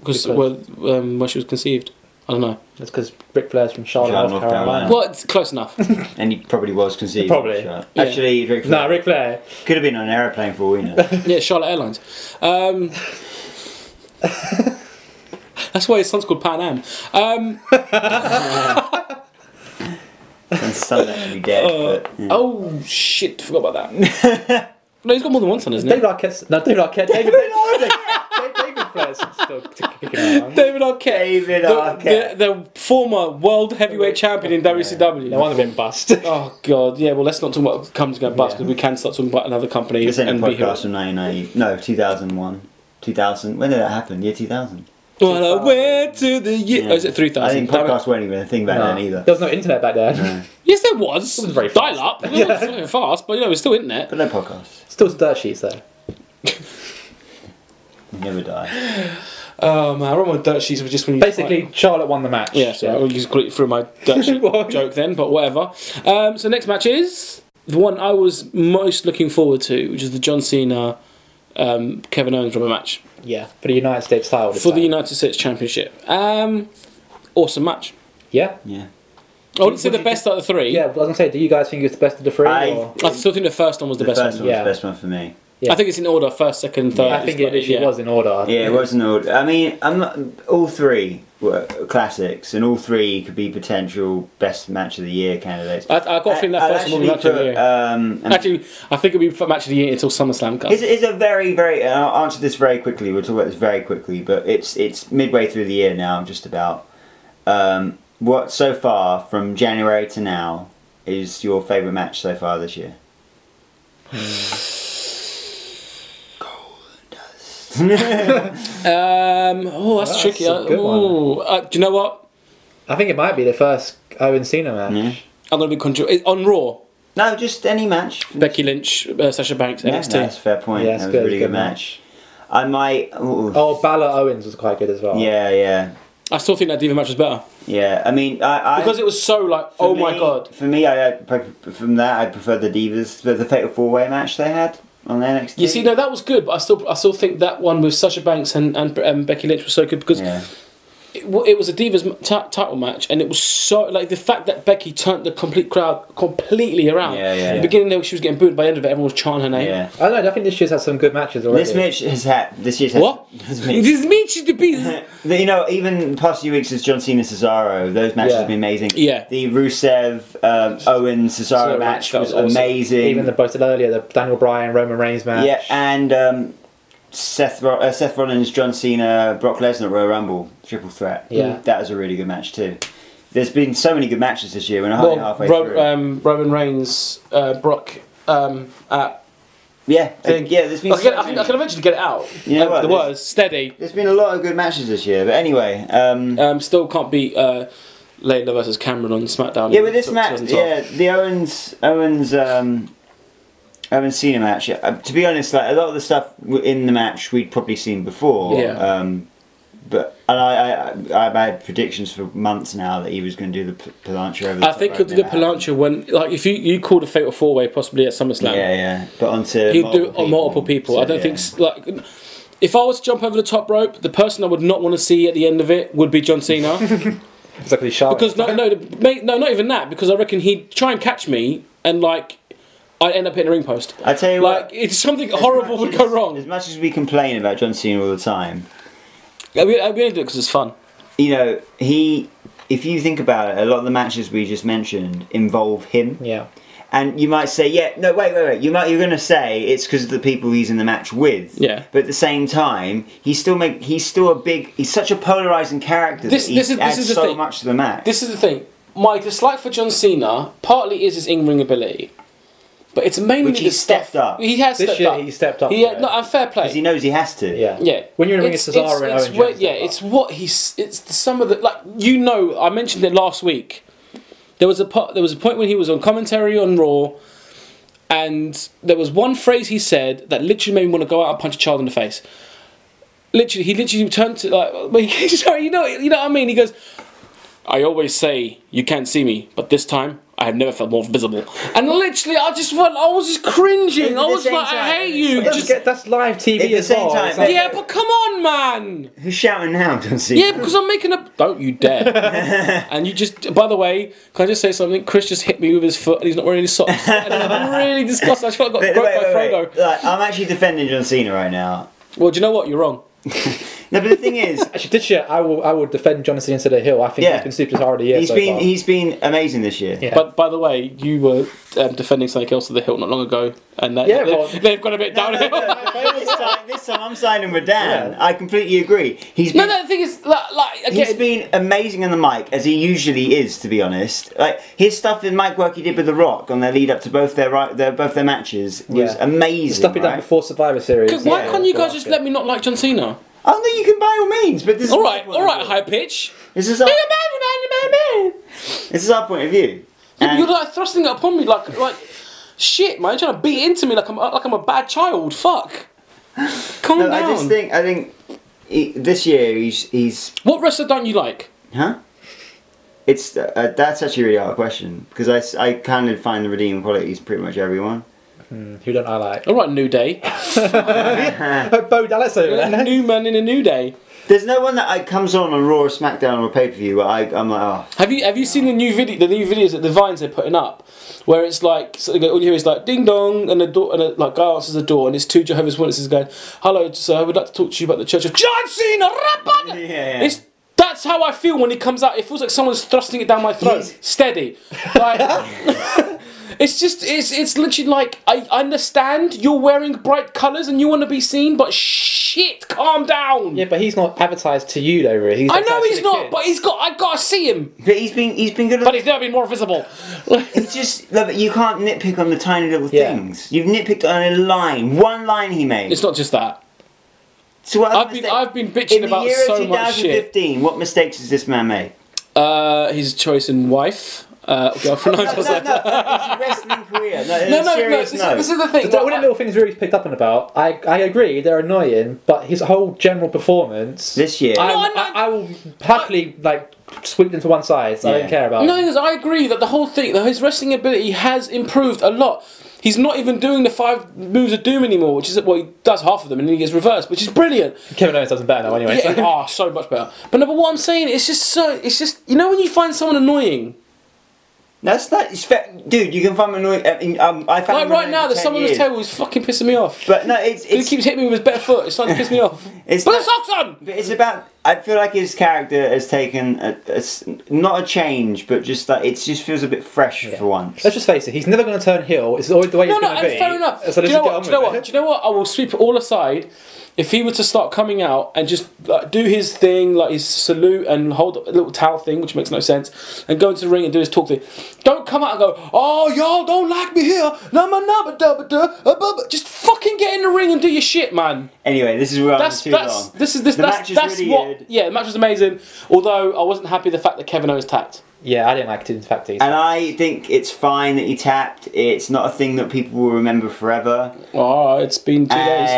because well,
Because-
um, when she was conceived. I don't know.
That's because Ric Flair's from Charlotte,
Charlotte,
North
North
Carolina.
Carolina.
Well, it's close enough.
and he probably was conceived.
Probably.
Sure.
Yeah.
Actually, Ric
No,
Flair
Ric Flair.
could have been on an aeroplane for all we know.
yeah, Charlotte Airlines. Um, that's why his son's called Pan Am. Um,
and son actually dead. but, yeah.
Oh shit! Forgot about that. no, he's got more than one son, isn't he?
David Arquette's no, David Arquette. David, David, David, David Flair's still kicking around.
David Arquette.
David
the,
Arquette.
The, the former world heavyweight champion in WCW.
No wonder they've been bust.
Oh god, yeah. Well, let's not talk about companies going bust because we can start talking about another company
This ain't
and
a
be here.
podcast from 1990. No, 2001. 2000. When did that happen? Year 2000.
Well, I went to the year. Oh, is it three
I
thousand?
think podcasts weren't even a thing back then either.
There was no internet back then.
Yes, there was.
wasn't very
Dial up. It wasn't fucking fast, but you know, it was still internet.
But no podcasts.
Still dirt sheets though.
You never die.
Oh man, I remember dirt sheets were just when you
Basically, Charlotte won the match.
Yeah, so I'll just put it through my dirt sheet joke then, but whatever. Um, so next match is the one I was most looking forward to, which is the John Cena, um, Kevin Owens rubber match
Yeah, for the United States title. this
for the
time.
United States Championship. Um, awesome match.
yeah,
Yeah.
I wouldn't say
What
the
do you
best out of the three.
yeah. I was gonna say, do you guys think it's the best of the three?
I-
or?
I still think the first one was the,
The
best one.
first one was
Yeah.
the best one for me.
Yeah.
I think it's in order first, second, third.
I think it
It's
literally
like- yeah.
was in order.
Yeah, it wasn't all. I mean, I'm not, all three were classics, and all three could be potential best match of the year candidates.
I, I got a feeling that
I'll
first one was match
actually
of the
put,
year.
Um, and
Actually, I think it'll be match of the year until SummerSlam comes.
it's, it's a very, very. And I'll answer this very quickly. We'll talk about this very quickly, but it's it's midway through the year now, just about. Um, what so far from January to now is your favorite match so far this year?
Um, oh, that's
That's
tricky.
a good one.
Ooh. Uh, do you know what?
I think it might be the first Owen Cena match.
I'm going to be contra- it- on Raw.
No, just any match.
Becky Lynch, uh, Sasha Banks,
Yeah,
NXT.
that's a fair point. that
Yeah, it's
was
good,
a really
good
good match. I might. ooh.
Oh, Balor Owens was quite good as well.
Yeah, yeah,
I still think that Diva match was better
yeah. I mean, I, I
because it was so like,
for
oh my
me-
god.
For me, I I pre- from that I prefer the divas the, the fatal four way match they had. on NXT.
You see, no, that was good, but I still, I still think that one with Sasha Banks and and, and Becky Lynch was so good because
Yeah.
it, wa- it was a Divas m- ti- title match, and it was so like the fact that Becky turned the complete crowd completely around.
Yeah, yeah,
At the
yeah.
beginning, though, she was getting booed. By the end of it, everyone was chanting her name.
Yeah.
I don't know. I think this year's had some good matches already.
This match has had. This year's had.
What?
This
It
match.
is me, she's the beast.
you know, even the past few weeks as John Cena Cesaro, those matches
Yeah.
have been amazing.
Yeah.
The Rusev um, Owen Cesaro
Cesaro match,
match
that
was,
was awesome.
amazing.
Even the boasted earlier, the Daniel Bryan Roman Reigns match.
yeah, and um, Seth Ro- uh, Seth Rollins, John Cena, Brock Lesnar, Royal Rumble, triple threat.
Yeah.
that was a really good match too. There's been so many good matches this year. We're not
Well,
halfway through.
Ro- um, Roman Reigns, uh, Brock. Um, at
yeah,
thing.
yeah. There's been
I can,
so
I, can,
many.
I can eventually get it out.
You know
Uh,
what,
the
this-
words steady.
There's been a lot of good matches this year, but anyway. Um,
Um, still can't beat uh, Layla versus Cameron on SmackDown.
yeah,
in
but this
tw-
match,
2012.
yeah, the Owens Owens um, Owens Cena match. Uh, to be honest, like a lot of the stuff w- in the match we'd probably seen before.
Yeah.
Um, but and I, I I've had predictions for months now that he was going to do the p- Palantir over. The
I
top
think
rope,
he'll do the
never happened.
Palancha when, like, if you, you called a fatal four way possibly at SummerSlam,
Yeah, yeah, but onto
he'll do it on multiple people.
So,
I don't
yeah.
think s- like if I was to jump over the top rope, the person I would not want to see at the end of it would be John Cena
It's like the Charlotte.
because no, no, mate, no, not even that because I reckon he'd try and catch me and like I'd end up hitting a ring post.
I tell you
Like
what.
it's something
as
horrible
much
would
as-
go
As
wrong.
much as we complain about John Cena all the time,
I mean, I mean, I do it because it's fun.
you know, he, if you think about it, a lot of the matches we just mentioned involve him.
Yeah.
And you might say, yeah, no, wait, wait, wait. You might, you're going to say it's because of the people he's in the match with.
Yeah.
But at the same time, he's still make, he's still a big, he's such a polarizing character.
This-
that he
this is- this
adds
is the
so
thing.
much to the match.
This is the thing. My dislike for John Cena partly is his in-ring ability, but it's mainly
Which he
the stuff-
stepped up.
He has
This
stepped
year
up.
he stepped up,
He,
yeah.
no, and fair play.
because he knows he has to.
Yeah.
Yeah.
When you're in the ring with Cesaro and Owen
where-
Jones,
Yeah,
they're
it's what he's. It's the, some of the like you know. I mentioned it last week. There was a po- there was a point when he was on commentary on Raw, and there was one phrase he said that literally made me want to go out and punch a child in the face. Literally, he literally turned to like. well, he- Sorry, you know, you know what I mean. He goes. I always say you can't see me, but this time I have never felt more visible. And literally, I just went. I was just cringing. I
At the
was
same
like, I
time,
hate
it's
you.
like-
Don't
Just,
forget, that's live
At
TV
the
as
same
well.
time,
It's like-
yeah, but come on, man.
Who's shouting now, John Cena?
Yeah, because I'm making a. Don't you dare! and you just. By the way, can I just say something? Chris just hit me with his foot, and he's not wearing any socks. and I'm really disgusted. I just felt like I got
Wait,
broke
wait,
by
wait,
Frodo.
wait. Like, I'm actually defending John Cena right now.
Well, do you know what? You're wrong.
No, but the thing is,
Actually, this year I will I will defend John Cena instead of Hill. I think
Yeah.
he's been super hard of the year
he's
so
been
far.
he's been amazing this year.
Yeah.
But by the way, you were um, defending something else to the hilt not long ago, and that,
Yeah,
they,
well-
they've got a bit
No, no,
downhill.
no, no, this, time, this time I'm siding with Dan. I completely agree. He's
No,
been,
no, the thing is, like, like
he's
again,
been amazing on the mic as he usually is, to be honest. Like his stuff in mic work he did with The Rock on their lead up to both their right, their both their matches was
Yeah.
amazing.
stuff he done
right?
before Survivor Series.
why
yeah,
can't you guys just let me not like John Cena?
Oh no, you can by all means, but this is
All
my
right,
point
all
of
right,
view.
high pitch.
This is our,
You're a man, you're a man, you're a man.
this is our point of view. And-
You're like thrusting it upon me, like like shit, man. You're trying to beat into me like I'm uh, like I'm a bad child. Fuck. Calm
no, I
down.
just think I think he, this year he's he's
what wrestler don't you like?
Huh? It's uh, that's actually a really hard question because I, s- I kind of find the redeeming qualities pretty much everyone.
Who don't I like?
All right, New Day.
Oh, Bo Dallas over there.
new man in a New Day.
There's no one that I, comes on on Raw or SmackDown or pay per view where I I'm like oh
Have you have you seen the new video? The new videos that the vines they're putting up, where it's like so all you hear is like ding dong, and the door and a, like guy answers the door, and it's two Jehovah's Witnesses going, "Hello, sir, I would like to talk to you about the Church of John Cena." Rapper!
Yeah, yeah.
It's that's how I feel when he comes out. It feels like someone's thrusting it down my throat.
He's-
Steady. Like, it's just it's it's literally like I understand you're wearing bright colours and you want to be seen, but shit, calm down.
Yeah, but he's not advertised to you though, really. He's
I know
advertised to
he's
the
not,
kids.
but he's got. I gotta see him.
but he's been he's been good.
But he's never been more visible.
it's just no, but you can't nitpick on the tiny little
Yeah.
things. You've nitpicked on a line, one line he made.
It's not just that.
so what
I've
other
been
mistake-
I've been
in
bitching
the
about
year of
so much shit.
2015. What mistakes has this man made?
Uh, his choice in wife, uh, girlfriend.
No, no, no, his wrestling career. No, no, no, serious,
This,
no.
Is, this is the thing.
All the little things Rui's picked up on about, I, I agree, they're annoying, but his whole general performance.
This year.
I,
No, I'm
I,
not-
I will happily, like, sweep them to one side, so I
Yeah.
don't care about
No, because I agree that the whole thing, that his wrestling ability has improved a lot. He's not even doing the five moves of doom anymore, which is well, he does half of them and then he gets reversed, which is brilliant.
Kevin Owens doesn't better now anyway.
Yeah,
so-
oh, so much better. But no, but what I'm saying, it's just so, it's just you know when you find someone annoying,
That's that. It's fa- dude. You can find annoying. I, mean, um, I found
like
him
right
annoying
now,
for
there's
10
someone on this
years.
table who's fucking pissing me off.
But no, it's
He
it's,
keeps hitting me with his bare foot. It's starting to piss me off.
It's
Put
not-
the socks on.
but it's about. I feel like his character has taken a, a s- not a change, but just like it just feels a bit fresh for once.
Let's just face it, he's never going to turn heel. It's always the way
No,
he's
no,
going to
and
be.
fair enough.
So let's
do you
just
know
get
what?
on
Do you know
with
what?
it.
Do you know what? I will sweep it all aside. If he were to start coming out and just like, do his thing, like his salute and hold a little towel thing, which makes no sense, and go into the ring and do his talk thing, don't come out and go, "Oh, y'all don't like me here." No, no, no, but but just fucking get in the ring and do your shit, man.
Anyway, this is where
That's
I'm too
that's
long.
this is this
The
that's
match is
that's
really
what.
good.
Yeah, the match was amazing. Although I wasn't happy the fact that Kevin Owens tapped.
Yeah, I didn't like it in fact. Either.
And I think it's fine that he tapped. It's not a thing that people will remember forever.
Oh, it's been two days.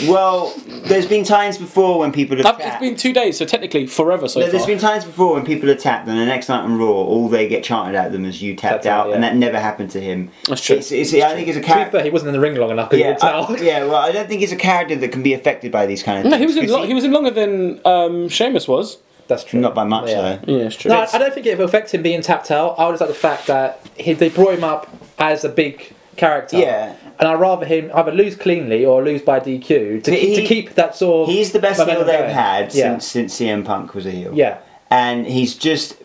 And well, there's been times before when people have
That-
tapped.
It's been two days, so technically forever so
There- There's
far.
been times before when people are tapped, and the next night on Raw, all they get chanted at them is "you tapped
Tapped out,
out," and
yeah.
that never happened to him.
That's true.
It's, it's, I think it's a
To be
character.
fair, he wasn't in the ring long enough because
Yeah,
you
I,
could tell.
yeah. Well, I don't think he's a character that can be affected by these kind of.
No,
things,
he was in
'cause
lo- he was in longer than um, Sheamus was.
That's true.
not by much
Yeah.
though.
Yeah, it's true.
No, I- I don't think it affected him being tapped out. I would just like the fact that he, they brought him up as a big character.
Yeah.
And I'd rather him either lose cleanly or lose by DQ to,
He-
keep, to keep that sort of.
He's the best heel
momentum
they've
going.
had
Yeah.
since since CM Punk was a heel.
Yeah.
and he's just,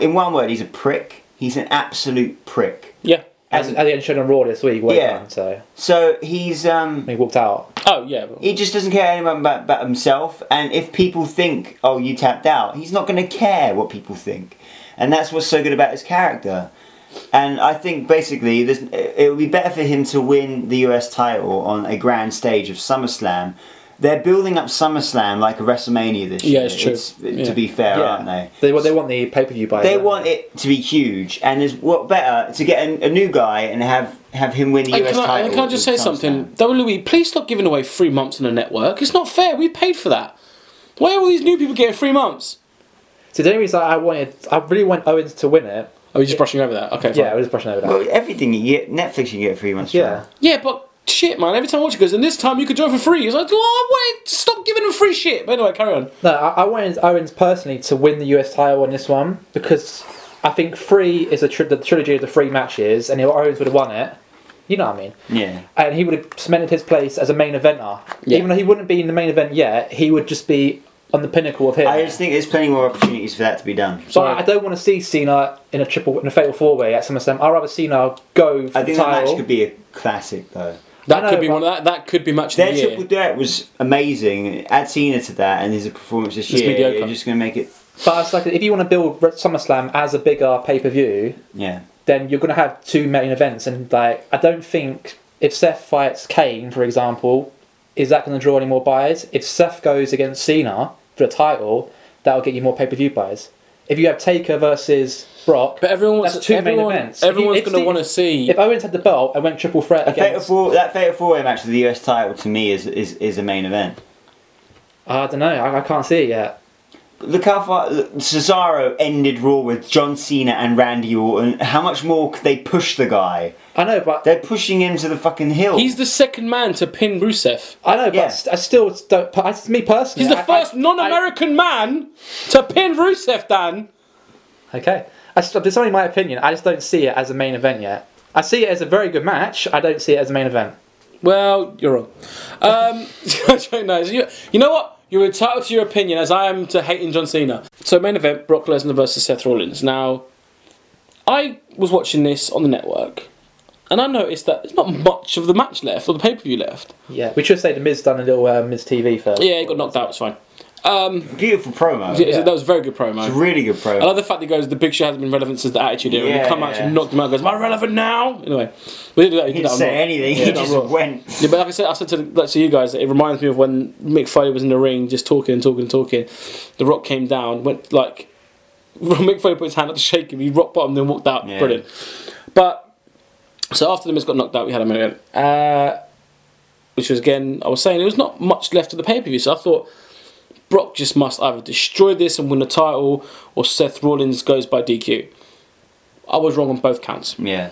in one word, he's a prick. He's an absolute prick.
yeah.
As, as he had shown on Raw this week, well
Yeah.
done, so
So he's um.
he walked out.
Oh yeah.
He just doesn't care anyone about, about himself, and if people think, "Oh, you tapped out," he's not going to care what people think, and that's what's so good about his character. And I think basically, there's, it would be better for him to win the US title on a grand stage of SummerSlam. They're building up SummerSlam like a WrestleMania this year.
Yeah, it's true. Yeah.
To be fair,
yeah.
aren't they?
They, want- they want the pay per view buy.
They
don't
want it to be huge, and is what better to get a, a new guy and have have him win the
And
US
can, I,
title?
and can I just
with
say something?
SummerSlam.
WWE, please stop giving away three months on the network. It's not fair. We paid for that. Why are all these new people getting three months?
So the only reason I wanted, I really want Owens to win it.
Are we Oh, just brushing over that? Okay. Fine.
Yeah, I
Yeah.
was just brushing over that.
Well, everything you get, Netflix you get free months.
yeah.
trial.
Yeah, but shit, man. Every time I watch it, goes and this time you could join for free. It's like, oh wait, stop giving them free shit. But anyway, carry on.
No, I, I wanted Owens personally to win the US title on this one because I think three is a tri- the trilogy of the three matches, and if Owens would have won it. You know what I mean?
Yeah.
And he would have cemented his place as a main eventer.
Yeah.
Even though he wouldn't be in the main event yet, he would just be on the pinnacle of him.
I just think there's plenty more opportunities for that to be done.
so
Sorry.
I don't want to see Cena in a triple in a fatal four way at SummerSlam. I'd rather Cena go for
I think
the
that
title.
match could be a classic, though.
That
know,
could be
but-
one of that. That could be match of
Their
the year.
triple threat was amazing. Add Cena to that, and his performance this
It's
year,
mediocre.
you're just going to make it.
but it's like if you want to build SummerSlam as a bigger pay per view,
Yeah.
then you're going to have two main events. And like, I don't think if Seth fights Kane, for example, is that going to draw any more buyers? If Seth goes against Cena for the title, that'll get you more pay per view buyers. If you have Taker versus Brock,
but everyone wants
that's two
everyone,
main events. If you-
Everyone's
if
going to
the-
want to see.
If Owens had the belt and went triple threat
Fatal
against,
four, that Fatal Four Way match for the US title to me is, is, is a main event.
Ah, I don't know. I, I can't see it yet.
Look how far look, Cesaro ended Raw with John Cena and Randy Orton. How much more could they push the guy?
I know, but
They're pushing him to the fucking hill.
He's the second man to pin Rusev.
I know,
Yeah.
but st- I still don't. but I, me personally,
He's the
I-
first
I-
non-American man to pin Rusev. Dan.
I- okay, I just, it's only my opinion. I just don't see it as a main event yet. I see it as a very good match. I don't see it as a main event.
Well, you're wrong. Um, I don't know. You, you know what? You're entitled to your opinion, as I am to hating John Cena. So, main event: Brock Lesnar versus Seth Rollins. Now, I was watching this on the network, and I noticed that there's not much of the match left or the pay per view left.
Yeah, we should say the Miz done a little uh, Miz TV first.
Yeah, he got knocked out. It's fine.
Beautiful promo.
Yeah, That was a very good promo.
Oh, Really good
I
promo.
love the fact that he goes, the big show hasn't been relevant since the Attitude Era. and
Yeah,
he come out
yeah.
and knocked him out and goes, am I relevant now? Anyway, we did that.
He didn't say anything.
Yeah,
he
no,
just
Raw.
went.
Yeah, but like I said, I said to, like, to you guys, it reminds me of when Mick Foley was in the ring, just talking and talking and talking. The Rock came down, went like Mick Foley put his hand up to shake him. He rock bottomed and walked out.
Yeah.
Brilliant. But so after the Miz got knocked out, we had a minute, uh, which was again I was saying it was not much left of the pay per view. So I thought Brock just must either destroy this and win the title, or Seth Rollins goes by DQ. I was wrong on both counts.
Yeah.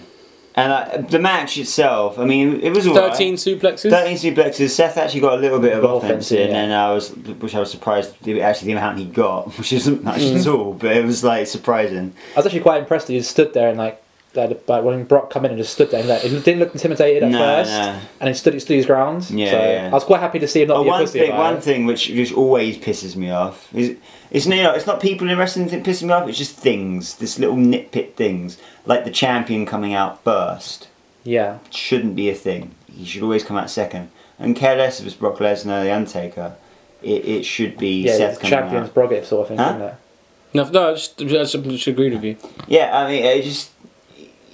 And uh, the match itself, I mean, it was all right.
13 suplexes.
13 suplexes. Seth actually got a little bit of
Got
offense
offense,
in,
yeah.
and I was, which I was surprised the- actually the amount he got, which isn't much at
Mm.
all, but it was like surprising.
I was actually quite impressed that he just stood there and like, like, like when Brock come in and just stood there, and like, he didn't look intimidated at
No,
first,
no.
and he stood, stood his ground.
Yeah,
so
yeah.
I was quite happy to see him not
But
be a
one
pussy
thing,
about
one
it.
thing which just always pisses me off is it's you know, it's not people in wrestling that piss me off. It's just things, this little nitpick things like the champion coming out first
Yeah,
shouldn't be a thing. He should always come out second. And care less if it's Brock Lesnar, the Undertaker. It, it should be
yeah,
Seth
it's
coming
champion's
out.
prerogative sort of thing,
Huh?
isn't it?
No, no, I just, I just, just agreed with you.
Yeah, I mean, it just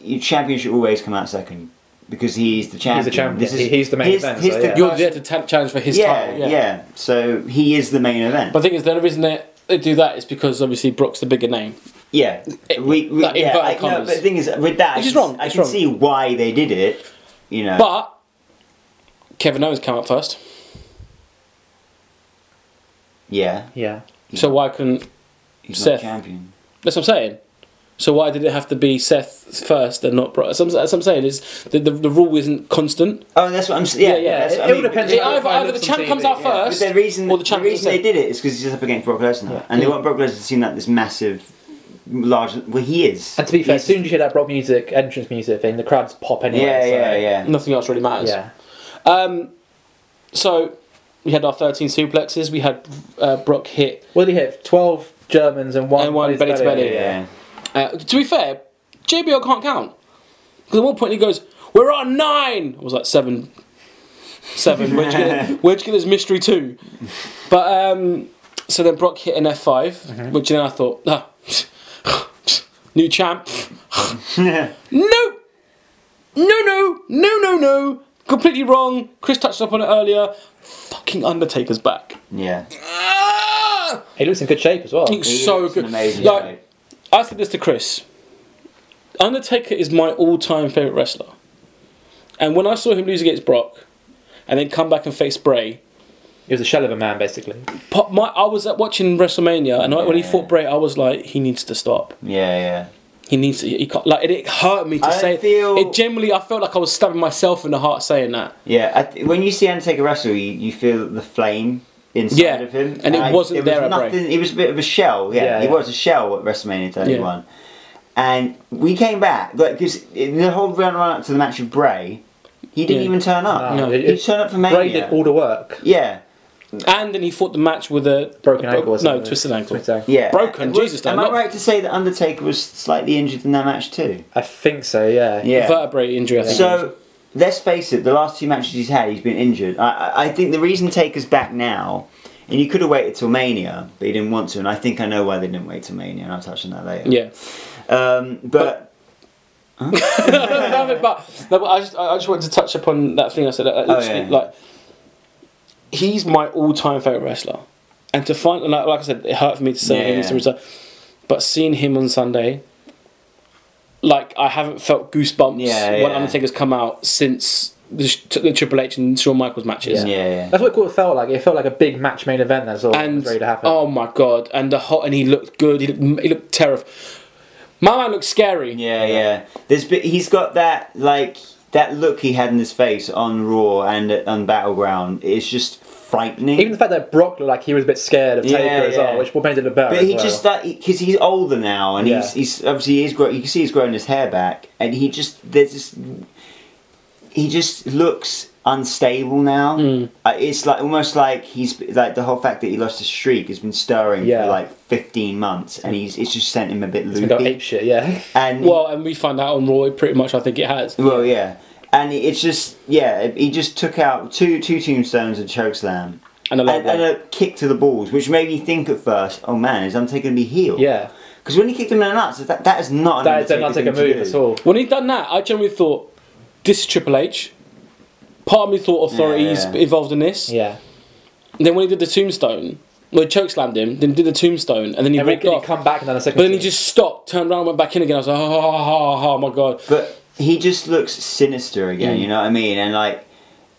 your champion should always come out second because he's the champion.
champion. He- he's the main event, so yeah.
You're there to ta- challenge for his
yeah,
title.
yeah, So he is the main event.
But the thing is, the only reason they, they do that is because obviously Brock's the bigger name.
Yeah,
It-
we, we
like,
yeah,
inverted
I, no,
commas.
but the thing is, with that,
Which
I
is
can-
wrong,
I
it's
can
wrong.
see why they did it. You know,
But Kevin Owens came up first,
yeah,
Yeah,
so why couldn't?
he's
Seth.
not champion.
That's what I'm saying. So why did it have to be Seth first and not Brock? That's what I'm that's what I'm saying is the, the the rule isn't constant.
Oh, that's what I'm. s-
Yeah,
Yeah,
yeah,
that's
it-
what
it
I
all
mean,
depends
but-
It,
Yeah,
either
I
either the
looked on
champ comes
TV,
out
yeah.
But
first,
the reason,
or the
the
champ
reason they did it is because he's just up against Brock Lesnar, and they want Brock Lesnar to seem like this massive, large. Well, he is.
and to be fair, as
He's-
soon as you hear that Brock music entrance music thing, the crowds pop anyway.
yeah,
so,
yeah, yeah.
Nothing else really matters.
yeah.
Um, so we had our 13 suplexes. We had uh, Brock hit.
Well, he hit twelve Germans and one
And one belly to belly.
yeah.
Uh, to be fair, JBL can't count because at one point he goes, "We're on nine. I was like seven, seven. Where'd you get, where'd you get this mystery two? But um, so then Brock hit an F 5
Mm-hmm.
which then I thought, ah, new champ. no, no, no, no, no, no. Completely wrong. Chris touched up on it earlier. Fucking Undertaker's back.
Yeah.
Ah!
He looks in good shape as well.
He was
He
so
looks
good.
an amazing
like,
shape.
I said this to Chris. Undertaker is my all-time favorite wrestler, and when I saw him lose against Brock, and then come back and face Bray,
He was a shell of a man, basically.
po- my I was at watching WrestleMania, and I, when he
Yeah.
fought Bray, I was like, he needs to stop.
Yeah, yeah.
He needs to. He can't, like it, it hurt me to
I
say. it.
feel-
It generally, I felt like I was stabbing myself in the heart saying that.
Yeah, I th- when you see Undertaker wrestle, you, you feel the flame inside
Yeah,
of him,
and it
I-
wasn't
it
there
Was
at Bray.
nothing, it was a bit of a shell. Yeah,
Yeah,
it
yeah.
was a shell at WrestleMania 31, and we came back like because the whole run run up to the match with Bray, he didn't
Yeah.
even turn up.
No.
he turned up for Mania.
Bray did Ah, all the work.
yeah,
And then he fought the match with a
Broken
a bro-
ankle. or
No,
something.
twisted ankle.
Twisted ankle.
yeah.
Broken,
Was-
Jesus, though,
Am I
not-
right to say that Undertaker was slightly injured in that match too?
I think so. Yeah.
Yeah.
Vertebrae injury. I think.
So let's face it, the last two matches he's had, he's been injured. I, I- I think the reason Taker's back now, and you could have waited till Mania, but he didn't want to, and I think I know why they didn't wait till Mania, and I'll touch on that later.
yeah.
Um, but,
no, but, but- no, but I just I I just wanted to touch upon that thing I said. Like, literally,
Oh, yeah.
like he's my all-time favorite wrestler, and to find like, like I said, it hurt for me to say
Yeah,
him.
yeah.
so it's like- But seeing him on Sunday, like I haven't felt goosebumps
Yeah,
when
yeah.
Undertaker's come out since the, sh- the Triple H and Shawn Michaels matches.
yeah, yeah.
That's what it sort of felt like. It felt like a big match main event. That's all.
And
was ready to happen.
oh my god! And the hot and he looked good. He looked he looked terrible. My man looked scary.
Yeah, yeah. There's bit, he's got that like that look he had in his face on Raw and uh, on Battleground. It's just frightening.
Even the fact that Brock looked like he was a bit scared of
Yeah,
Taker as
yeah.
well, which made it a bit better.
But
as
he
well.
just that because he's older now, and he's,
Yeah.
he's obviously he's grow, you can see he's growing his hair back, and he just there's this he just looks unstable now.
Hmm.
Uh, it's like almost like he's like the whole fact that he lost his streak has been stirring
Yeah.
for like fifteen months, and he's it's just sent him a bit
He got ape
loopy.
shit. Yeah.
And
Well,
well,
and we find out on Raw. Pretty much, I think it has.
yeah, and it's just yeah, he just took out two two tombstones and chokeslam.
And a low
And,
blow.
and a kick to the balls, which made me think at first, "Oh man, is Undertaker going to be healed?"
yeah.
Because when he kicked him in the nuts, that, that is not an
That did not take
Undertaker
a
thing to
move
do.
at all.
When he done that, I generally thought this is Triple H. Part of me thought authorities
Yeah, yeah.
involved in this.
Yeah.
And then when he did the tombstone, well, he chokeslammed him, then did the tombstone, and then he
And
walked
he
off.
come back and then a second.
but then he just stopped, turned around, went back in again. I was like, oh, oh, oh, oh, oh my god.
But he just looks sinister again,
Mm.
you know what I mean? And like,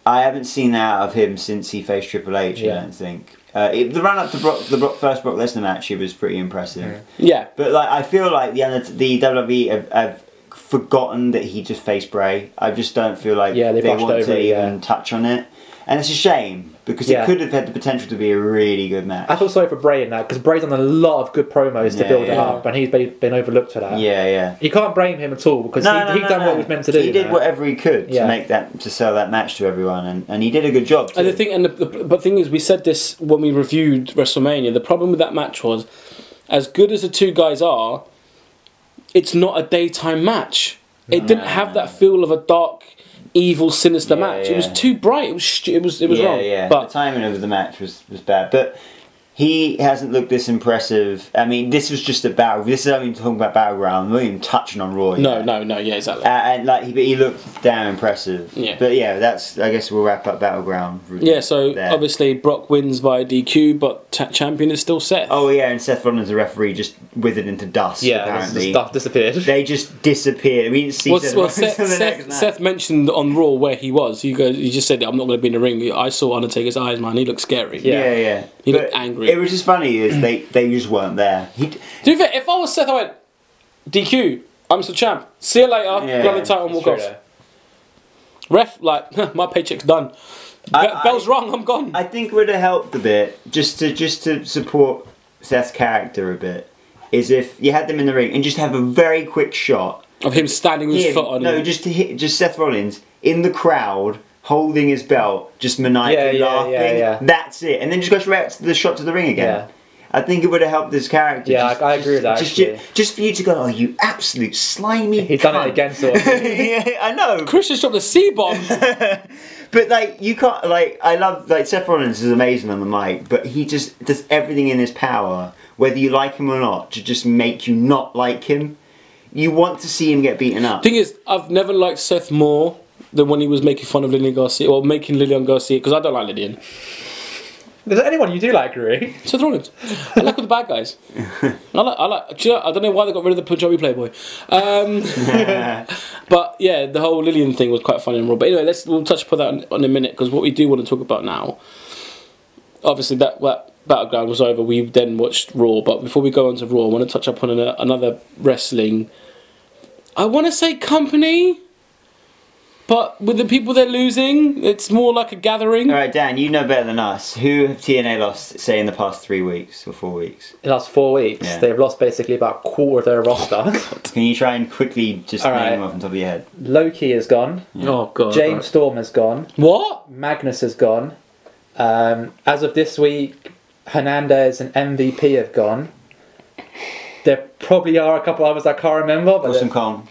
I haven't seen that out of him since he faced Triple H,
Yeah.
I don't think. Uh, it, the run up to Brock, the Brock, first Brock Lesnar match, it was pretty impressive.
Yeah.
But like, I feel like the under- the WWE E have, have forgotten that he just faced Bray. I just don't feel like
Yeah, they
they
brushed
want
over
to
it, yeah.
even touch on it. And it's a shame because
Yeah.
it could have had the potential to be a really good match.
I feel sorry for Bray in that because Bray's done a lot of good promos to
Yeah,
build it
yeah.
up, and he's been, been overlooked for that.
yeah, yeah.
You can't blame him at all because he, he done what he was meant to do.
He did
man.
whatever he could
Yeah.
to make that to sell that match to everyone, and, and he did a good job.
And the
too.
thing, and the, the but thing is, we said this when we reviewed WrestleMania. The problem with that match was, as good as the two guys are, it's not a daytime match. It didn't have that feel of a dark, evil, sinister
Yeah,
match. It was
yeah.
too bright. It was stu- it was it was
yeah,
wrong.
Yeah, the
But
timing of the match was, was bad. But he hasn't looked this impressive. I mean, this was just a battle. This is only talking about battleground. We're not even touching on Roy.
no,
yet.
no, no. Yeah, exactly.
Uh, and like he, but he looked damn impressive.
Yeah.
But yeah, that's I guess we'll wrap up battleground. really
yeah. So
there.
obviously Brock wins via DQ, but ta champion is still Seth.
Oh yeah, and Seth Rollins, the referee, just withered into dust.
yeah, this
apparently
is- stuff disappeared.
they just disappeared. We didn't see
Well,
Seth
well,
Rollins
Seth,
till the next
Seth,
match.
Seth mentioned on Raw where he was. He goes. He just said, "I'm not going to be in the ring." I saw Undertaker's eyes, man. He looked scary.
Yeah.
Yeah, yeah.
He
But
looked angry.
It was just funny is they they just weren't there. He,
To be fair, if I was Seth, I went, DQ, I'm still champ. See you later,
Yeah,
grab the title and
It's
walk
true,
off.
though.
Ref, like, my paycheck's done. Be-
I-
bell's rung, I'm gone.
I think would have helped a bit just to just to support Seth's character a bit is if you had them in the ring and just have a very quick shot.
of him standing with his
Him,
foot on
no,
him.
just to hit just Seth Rollins in the crowd holding his belt, just maniacally
Yeah, yeah,
laughing.
yeah, yeah.
That's it, and then just go straight to the shot to the ring again.
Yeah.
I think it would have helped his character.
Yeah,
just,
I- I agree with that,
Just,
actually.
just, just for you to go, oh, you absolute slimy.
He's done
cunt."
it again, sort of.
yeah, I know.
Chris just dropped the C bomb.
But like you can't like I love like Seth Rollins is amazing on the mic, but he just does everything in his power, whether you like him or not, to just make you not like him. You want to see him get beaten up.
Thing is, I've never liked Seth more than when he was making fun of Lillian Garcia, or making Lillian Garcia, because I don't like Lillian.
Is there anyone you do like, Rui?
Seth Rollins. I like all the bad guys. I like. I like. Do you know, I don't know why they got rid of the Punjabi Playboy. Um, but yeah, the whole Lillian thing was quite funny and raw. But anyway, let's we'll touch upon that in, in a minute because what we do want to talk about now, obviously that that battleground was over. We then watched Raw, but before we go on to Raw, I want to touch upon an, another wrestling. I want to say company. But with the people they're losing, it's more like a gathering.
All
Uh,
right, Dan, you know better than us. Who have TNA lost, say, in the past three weeks or four weeks?
In the last four weeks,
Yeah.
they've lost basically about a quarter of their roster.
Can you try and quickly just
All
name
right.
them off on top of your head?
Loki is gone.
Oh god.
James Storm is gone.
What?
Magnus is gone. Um, as of this week, Hernandez and MVP have gone. There probably are a couple others I can't remember, but
Awesome
awesome,
Kong.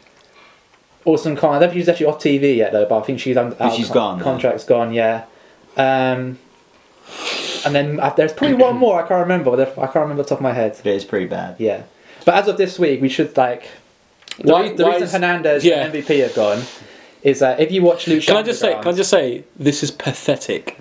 awesome Khan. I don't think she's actually off TV yet though, but I think she's um, out
she's
con-
gone, huh?
Contract's gone, yeah. Um, and then uh, there's probably one more I can't remember. but there- I can't remember off the top of my head.
It is pretty bad.
Yeah, but as of this week, we should like the,
Why-
re- the
why
reason
is-
Hernandez
Yeah.
and MVP have gone is that if you watch Lucha,
Can I just say? Can I
Underground-
just say this is pathetic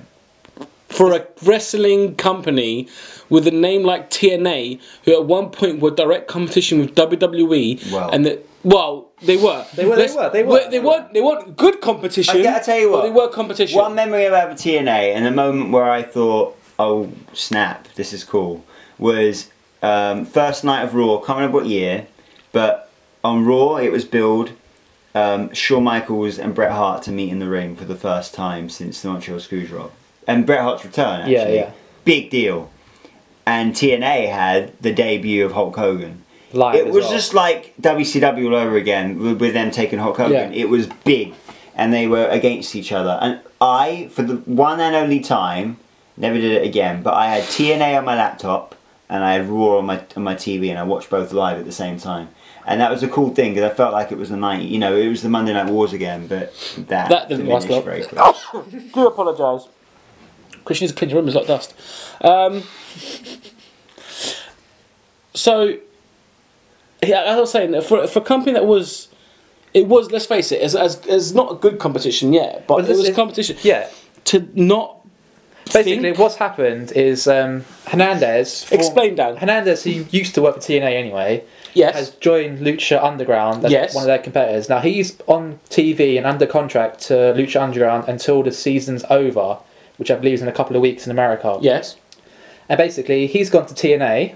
for a wrestling company with a name like TNA, who at one point were direct competition with WWE,
Well.
and that well they were
They were, they
Let's-
were, they were.
they weren't they weren't good competition.
I- I tell you
but
what,
they were competition.
One memory I have of TNA and the moment where I thought, oh snap, this is cool, was um, first night of Raw, can't remember what year, but on Raw it was billed um, Shawn Michaels and Bret Hart to meet in the ring for the first time since the Montreal Screwjob. And Bret Hart's return, actually.
Yeah, yeah.
Big deal. And TNA had the debut of Hulk Hogan.
Live
it
as
was
well.
just like WCW all over again with, with them taking Hulk Hogan.
Yeah.
It was big, and they were against each other. And I, for the one and only time, never did it again. But I had TNA on my laptop and I had Raw on my on my TV, and I watched both live at the same time. And that was a cool thing because I felt like it was the night, you know, it was the Monday Night Wars again. But that,
That didn't last
diminished
long.
very quickly.
do apologise. Christian's cleaned your room is like dust. Um, so, yeah, as I was saying, for, for a company that was, it was, let's face it, as, as, as not a good competition yet, but
Well,
it
this
was
is-
competition.
Yeah,
To not
basically,
think-
what's happened is um, Hernandez. form-
Explain, Dan.
Hernandez, who used to work for TNA anyway,
Yes.
has joined Lucha Underground as
Yes.
one of their competitors. Now he's on TV and under contract to Lucha Underground until the season's over, which I believe is in a couple of weeks in America.
yes.
And basically, he's gone to TNA,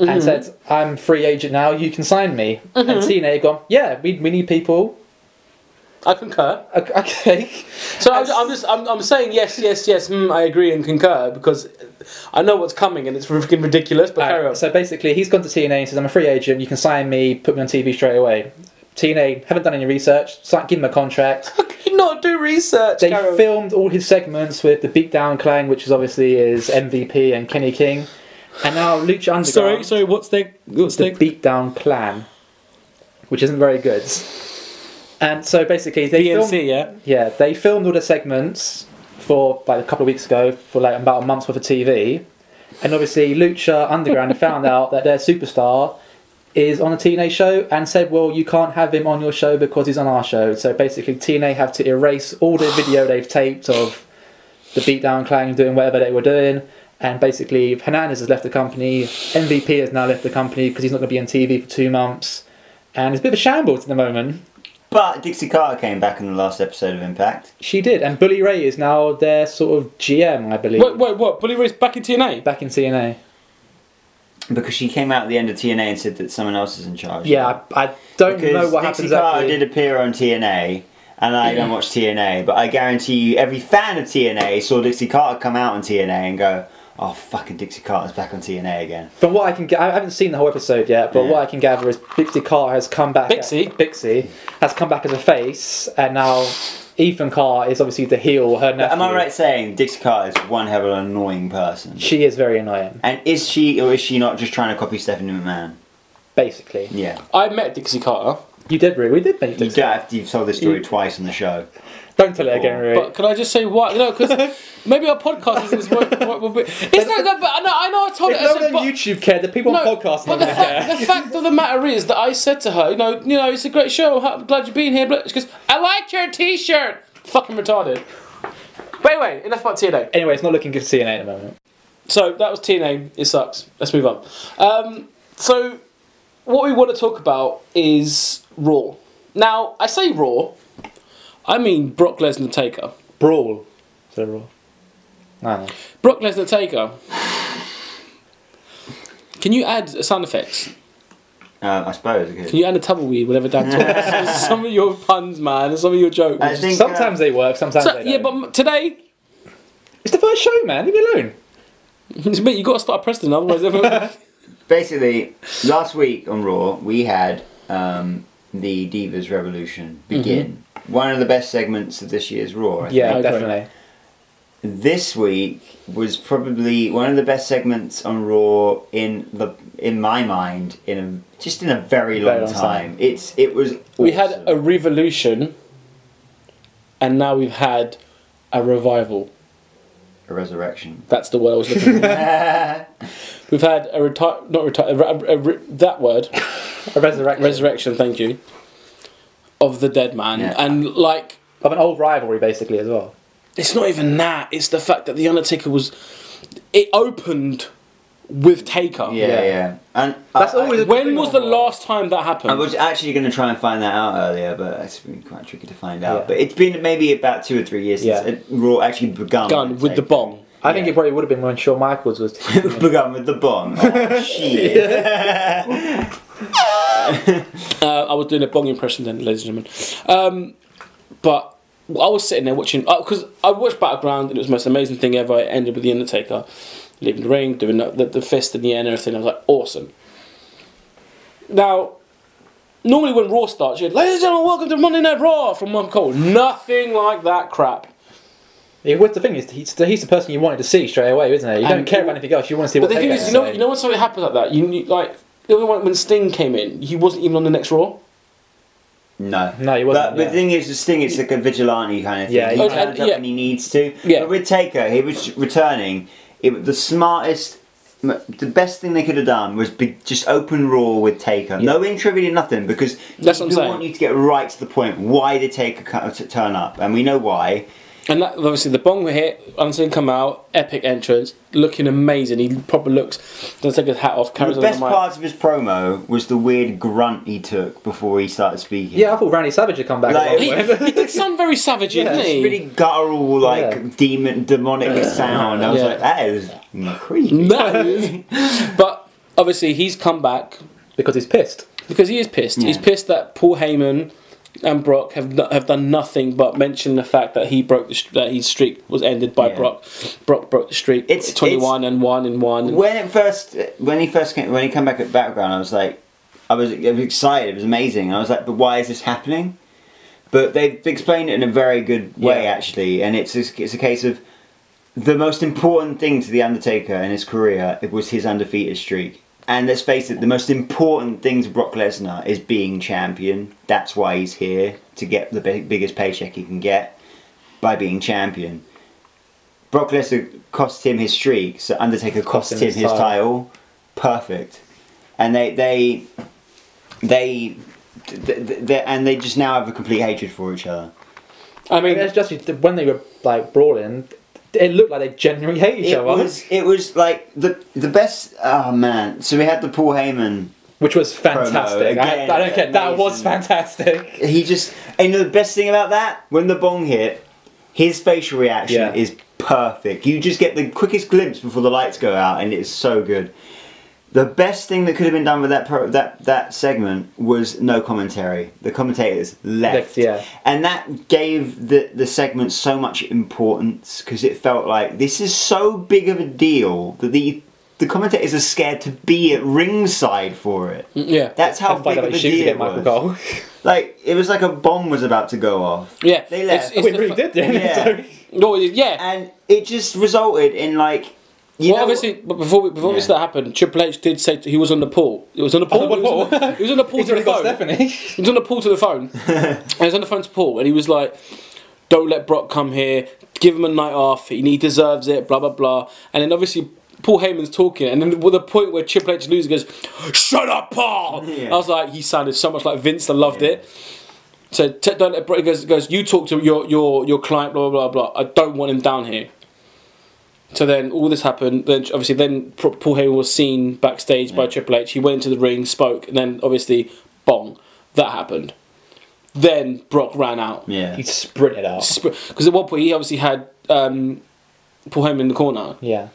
Mm-hmm.
and said, I'm free agent now, you can sign me. And Cena had gone, yeah, we, we need people.
I concur.
O- Okay.
So I'm, I'm just I'm, I'm saying yes, yes, yes. Mm, I agree and concur because I know what's coming and it's freaking ridiculous. But carry on.
So basically, he's gone to TNA and says, I'm a free agent, you can sign me, put me on TV straight away. TNA haven't done any research, so give him a contract.
How could you not do research?
They
Carry on.
filmed all his segments with the Beatdown Clan, which is obviously is MVP and Kenny King. And now Lucha Underground.
Sorry, sorry. What's their what's
the
their
Beatdown Clan, which isn't very good. And so basically, they filmed,
BNC? Yeah.
yeah, they filmed all the segments for like a couple of weeks ago for like about a month's worth of TV, and obviously Lucha Underground found out that their superstar is on a TNA show and said, "Well, you can't have him on your show because he's on our show." So basically, TNA have to erase all the video they've taped of the Beatdown Clan doing whatever they were doing. And basically, Hernandez has left the company. MVP has now left the company because he's not going to be on TV for two months. And it's a bit of a shambles at the moment.
But Dixie Carter came back in the last episode of Impact.
She did. And Bully Ray is now their sort of GM, I believe,
Wait, wait, what? Bully Ray's back in TNA.
back in TNA.
Because she came out at the end of TNA and said that someone else is in charge.
Yeah, I, I don't
Because
know what
Dixie
happens
Carter
after.
did appear on TNA, and I don't watch TNA, but I guarantee you, every fan of TNA saw Dixie Carter come out on TNA and go, "Oh, fucking Dixie Carter's back on TNA again."
From what I can get, I haven't seen the whole episode yet, but
Yeah.
what I can gather is Bixie Carter has come back.
Bixie?
Bixie has come back as a face, and now Ethan Carr is obviously the heel. Her nephew.
Am I right saying Dixie Carter is one hell of an annoying person?
She is very annoying,
And is she or is she not just trying to copy Stephanie McMahon?
basically.
Yeah.
I met Dixie Carter,
You did, Rui. We did meet
You
Dixie.
don't have to, you've told this story twice on the show.
Don't tell it again, Rui.
but can I just say why? No, because maybe our podcast isn't as wo- wo- wo- It's not that, but I know, I know I told it.
if
I
no
said,
one
but-
on YouTube cared, the people on podcasts
but
don't
the,
really care.
fact, the fact of the matter is that I said to her, you know, you know, it's a great show. I'm glad you've been here. But she goes, I like your T-shirt. Fucking retarded. But anyway, enough about TNA.
Anyway, it's not looking good for CNA at the moment.
So that was TNA. It sucks. Let's move on. Um, so what we want to talk about is Raw. Now I say Raw, I mean Brock Lesnar Taker.
Brawl. So Raw. No, no.
Brock Lesnar Taker. Can you add sound effects?
Um, I suppose. I could.
Can you add a tumbleweed whenever Dad talks? some of your puns, man, and some of your jokes.
I think, uh,
Sometimes they work, sometimes
So,
they don't.
yeah, but m- today,
it's the first show, man. Leave me alone.
mate, you got to start Preston, otherwise everyone.
basically, last week on Raw, we had um, the Divas Revolution begin. One of the best segments of this year's Raw. I
Yeah,
Okay.
definitely.
Think. This week was probably one of the best segments on Raw in the in my mind in a, just in a very long,
long
time.
time.
It's it was
we had
awesome.
a revolution, and now we've had a revival.
a resurrection.
That's the word I was looking for. we've had a retire, not retire, a, re- a re- that word,
A resurrection
resurrection. Thank you, of the dead man,
Yeah.
and like
of an old rivalry, basically, as well.
it's not even that. It's the fact that the Undertaker was. It opened with Taker.
Yeah, yeah,
Yeah.
and
That's
I- I-
always a
When was the last time that happened?
I was actually going to try and find that out earlier, but it's been quite tricky to find out.
Yeah.
But it's been maybe about two or three years since
Yeah.
it- Raw actually begun.
Gun with the
Taker.
bong.
I think
Yeah.
it probably would have been when Shawn Michaels was.
begun with the bomb. Oh, shit.
Uh, I was doing a bong impression then, ladies and gentlemen. Um, but I was sitting there watching because I watched Battleground and it was the most amazing thing ever. It ended with the Undertaker leaving the ring, doing the, the, the fist in the air and everything. I was like, awesome. Now, normally when Raw starts, you're ladies and gentlemen, welcome to Monday Night Raw from Mum Cole. Nothing like that crap.
Yeah, well, the thing is, he's the, he's the person you wanted to see straight away, isn't he? You don't
And-
care about anything else. You want to see
But
what
the thing
Taker
is, you
has
know,
to say.
you know when something happens like that, you, you like the other one when Sting came in, he wasn't even on the next Raw.
No,
No, he wasn't,
But, but
yeah.
the thing is, this thing it's like a vigilante kind of thing.
Yeah,
he
yeah.
turns up
Yeah.
when he needs to.
Yeah.
But with Taker, he was returning. It was the smartest, m- the best thing they could have done was be, just open raw with Taker. No intro, really nothing, because
That's what I'm
we
saying.
want you to get right to the point. Why did Taker co- t- turn up? And we know why.
And that, obviously the bong were hit, Anderson come out, epic entrance, looking amazing. He proper looks, doesn't take his hat off, carries
the
on the mic.
best part of his promo was the weird grunt he took before he started speaking.
yeah, I thought Randy Savage had come back.
Like-
at one point.
he, he did sound very savage,
Yeah,
didn't
It's
he?
really guttural, like
Yeah.
demon, demonic sound. I was
Yeah.
like, that is creepy.
That is- but obviously he's come back
because he's pissed.
because he is pissed. He's
Yeah.
pissed that Paul Heyman and Brock have no- have done nothing but mention the fact that he broke the, st- that his streak was ended by
Yeah.
Brock. Brock broke the streak.
It's-
It's
it's-
twenty one and one and one. and-
When it first, when he first came, when he came back at background, I was like, I was, I was excited. It was amazing. And I was like, but why is this happening? But they explained it in a very good way,
Yeah.
actually. And it's just- it's a case of the most important thing to the Undertaker in his career it was his undefeated streak. And let's face it, the most important thing to Brock Lesnar is being champion. That's why he's here to get the big, biggest paycheck he can get by being champion. Brock Lesnar cost him his streak, so Undertaker cost him his, title. Perfect. And they they they, th th th and they just now have a complete hatred for each other.
I
I
mean,
mean, it's just when they were like brawling, it looked like they genuinely hate each
It
other,
was it was like the the best. Oh man! So we had the Paul Heyman.
which was fantastic.
again,
I, I don't care. That was
amazing.
fantastic.
He just and the best thing about that when the bong hit, his facial reaction
Yeah.
is perfect. You just get the quickest glimpse before the lights go out, and it's so good. The best thing that could have been done with that pro- that that segment was no commentary. The commentators left,
Left, yeah.
and that gave the the segment so much importance because it felt like this is so big of a deal that the the commentators are scared to be at ringside for it.
Mm.
yeah,
That's how
Find
big
out
of a
his shoes
deal
to
it
get Michael
was.
Cole.
Like it was like a bomb was about to go off.
yeah.
They
It's-
left.
it's
we
the
really
fa-
did, didn't
yeah.
it?
No, yeah.
and it just resulted in like you
well,
know
obviously, but before we, before this
Yeah.
that happened, Triple H did say t- he was on the pool. He was on the pool.
the
he, was
pool.
on the, he was on the pool
He's
to the
already got
phone.
Stephanie.
He was on the pool to the phone. and he was on the phone to Paul, and he was like, "Don't let Brock come here. Give him a night off. He, he deserves it." Blah blah blah. And then obviously. Paul Heyman's talking, and then with the point where Triple H loses, goes, "Shut up, Paul!"
Yeah.
I was like, he sounded so much like Vince. I loved it. So t- don't let Brock he goes, goes. You talk to your your your client. Blah blah blah. blah. I don't want him down here. So then all this happened. Then obviously then P- Paul Heyman was seen backstage by Triple H. He went into the ring, spoke, and then obviously bong, that happened. Then Brock ran out
yeah
He sprinted out.
because at one point he obviously had um, Paul Heyman in the corner,
Yeah.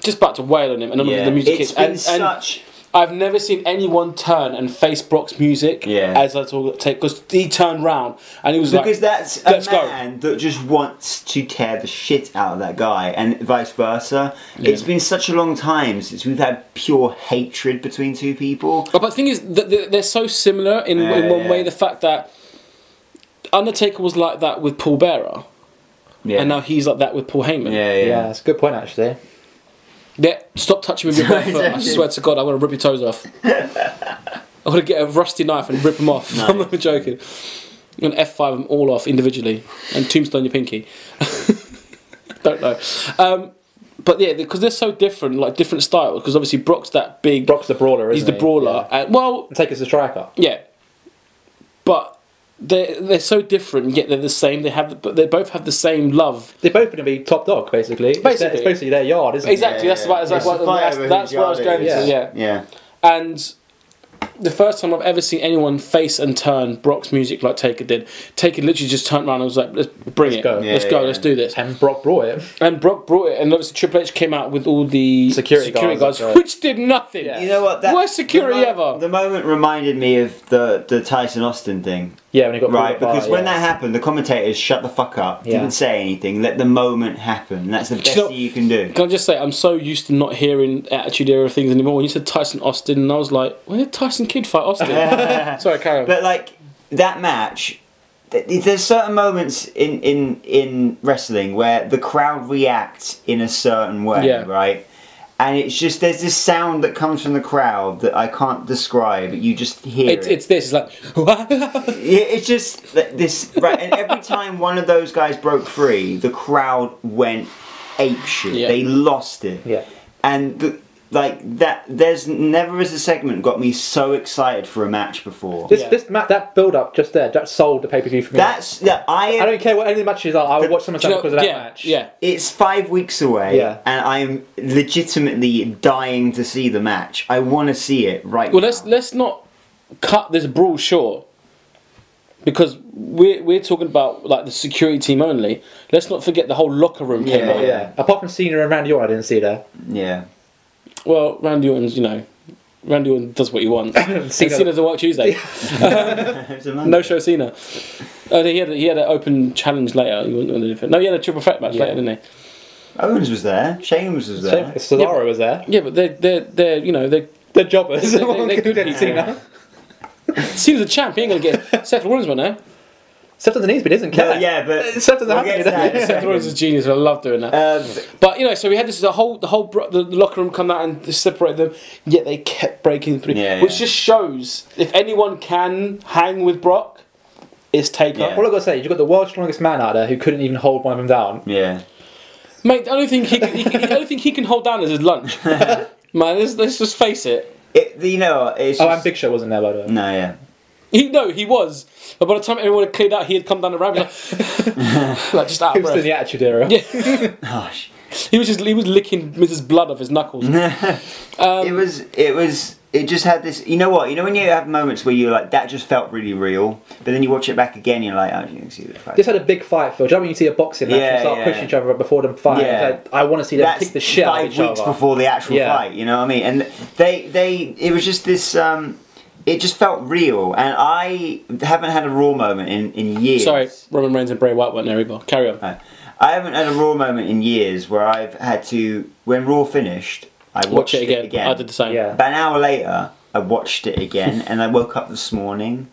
just about to wail on him, and then
yeah
the music
it's
hits.
been
And, and
such
I've never seen anyone turn and face Brock's music
Yeah.
as I all take because he turned round and he was like,
because that's a
let's go.
man that just wants to tear the shit out of that guy and vice versa it's been such a long time since we've had pure hatred between two people
But the thing is, th- th- they're so similar in, in
Yeah,
one way.
yeah.
The fact that Undertaker was like that with Paul Bearer,
yeah
and now he's like that with Paul Heyman.
yeah
yeah,
yeah
that's a good point actually.
Yeah, stop touching me with your bare foot. I swear to God, I want to rip your toes off. I want to get a rusty knife and rip them off. I'm not even joking. I'm gonna F5 them all off individually and tombstone your pinky. Don't know. Um, but yeah, because they're so different, like different styles. Because obviously Brock's that big.
Brock's the brawler,
he's
isn't
the
he?
brawler.
Yeah.
And, well,
And Take us the striker.
yeah, but they're they're so different, yet they're the same. They have, but they both have the same love.
They're both going to be top dog basically. It's their- It's,
Basically.
basically their yard, isn't it?
Exactly. that's what. That's,
It's a
what,
fight
that's,
over
that's
whose
where I was
yard
going
it
to.
is.
Yeah.
yeah
And the first time I've ever seen anyone face and turn Brock's music like Taker did. Taker literally just turned around and was like, "Let's bring it.
go.
let's
Yeah,
go.
yeah.
Let's do this."
And Brock brought it.
And Brock brought it, and obviously Triple H came out with all the
Security guards, that's right.
which did nothing.
Yeah.
you know what that
Worst security
the
ever.
the moment reminded me of the the Tyson Austin thing
Yeah, when he got
Right,
pulled apart,
because when
yeah.
that happened, the commentators shut the fuck up,
Yeah.
didn't say anything, let the moment happen. That's the best
know-
thing you can do.
Can I just say, I'm so used to not hearing Attitude Era things anymore. When you said Tyson Austin, and I was like, where did Tyson Kidd fight Austin? Sorry, carry on.
But like that match, th- there's certain moments in in in wrestling where the crowd reacts in a certain way,
Yeah.
right? And it's just there's this sound that comes from the crowd that I can't describe. You just hear
it's,
it.
it's this, it's like,
Yeah, it's just th- this. Right, and every time one of those guys broke free, the crowd went ape shit.
Yeah.
They lost it.
Yeah.
And the, like that, there's never is a segment got me so excited for a match before.
This,
Yeah.
this ma- that build up just there, that sold the pay per view for me.
That's that I.
I don't care what any of the matches are, I would watch SummerSlam
Do you know-
because of that
yeah,
match.
Yeah.
It's five weeks away,
Yeah.
and I'm legitimately dying to see the match. I want to see it right
Well,
now.
let's let's not cut this brawl short because we're we're talking about like the security team only. Let's not forget the whole locker room. Came
Yeah.
out.
Yeah. Apart from Cena and Randy Orton, I didn't see that.
yeah.
Well, Randy Orton's you know Randy Orton does what he wants. And
Cena-
Cena's a work Tuesday. No show Cena. Oh, he had a, he had an open challenge later. He wasn't going to do it. No, he had a triple threat match
Yeah.
later, didn't
Owens was there. Sheamus was
So,
there.
Cesaro
Yeah, but-
was there.
he? Yeah, but they're they're they're you know they're
The jobbers.
They- they- they could be
Cena.
Cena's a champ. He ain't going to get Seth Rollins eh? one now.
Except underneath, but it isn't
No,
care.
yeah, but
Except doesn't
we'll
happen,
get
does
to
it?
that in a
Seth Rollins is a
second.
genius. I love doing that.
Um,
But you know, so we had this the whole the whole bro- the locker room come out and separate them. Yet they kept breaking through,
Yeah,
which
yeah.
just shows if anyone can hang with Brock, it's Taker.
Yeah.
All I gotta say is you've got the world's strongest man out there who couldn't even hold one of them down.
yeah.
Mate, the only thing he, can, he, can- the only thing he can hold down is his lunch. Man, let's, let's just face it.
It, you know, what, it's
Oh,
just,
and Big Show wasn't there, by the way.
No, yeah.
He no, he was, but by the time everyone had cleared out, he had come down the ramp, like, like just out
He
of
was in
breath.
the Attitude Era.
Yeah.
Gosh.
He was just he was licking Mrs. Blood off his knuckles.
Um,
it was it was it just had this you know what you know when you have moments where you're like that just felt really real but then you watch it back again you're like oh you can see the fact
This had a big fight, Phil. Do you know when you see a boxing match
Yeah,
and start
yeah.
pushing each other before the fight?
Yeah.
It's like, I want to see them kick the shit out
five
of each
weeks
other.
before the actual
Yeah.
fight you know what I mean and they they it was just this um it just felt real and I haven't had a raw moment in in years
Sorry, Roman Reigns and Bray Wyatt weren't there either. Carry on.
No. I haven't had a raw moment in years where I've had to when raw finished I watched
Watch it again. I did the same.
Yeah.
About an hour later, I watched it again, and I woke up this morning,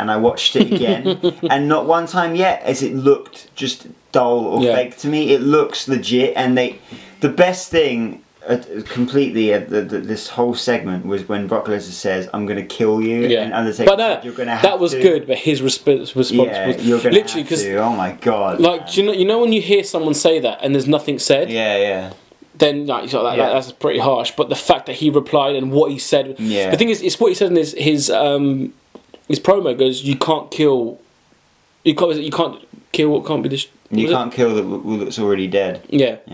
and I watched it again, and not one time yet as it looked just dull or
Yeah.
fake to me. It looks legit, and they, the best thing. Uh, completely, uh, the, the, this whole segment was when Brock Lesnar says, "I'm going to kill you,"
Yeah,
and Undertaker
but no,
said, "You're going to have
that was
to."
good. But his resp- response
Yeah,
was
you're going
literally
to have
because,
to. Oh my god!
like,
man.
do you know, you know when you hear someone say that and there's nothing said,
yeah, yeah,
then like, so that,
Yeah.
that's pretty harsh. But the fact that he replied and what he said,
Yeah.
the thing is, it's what he said in his his um, his promo goes, "You can't kill, you can't, you can't kill what can't be this."
you can't kill the w- that's already dead.
Yeah,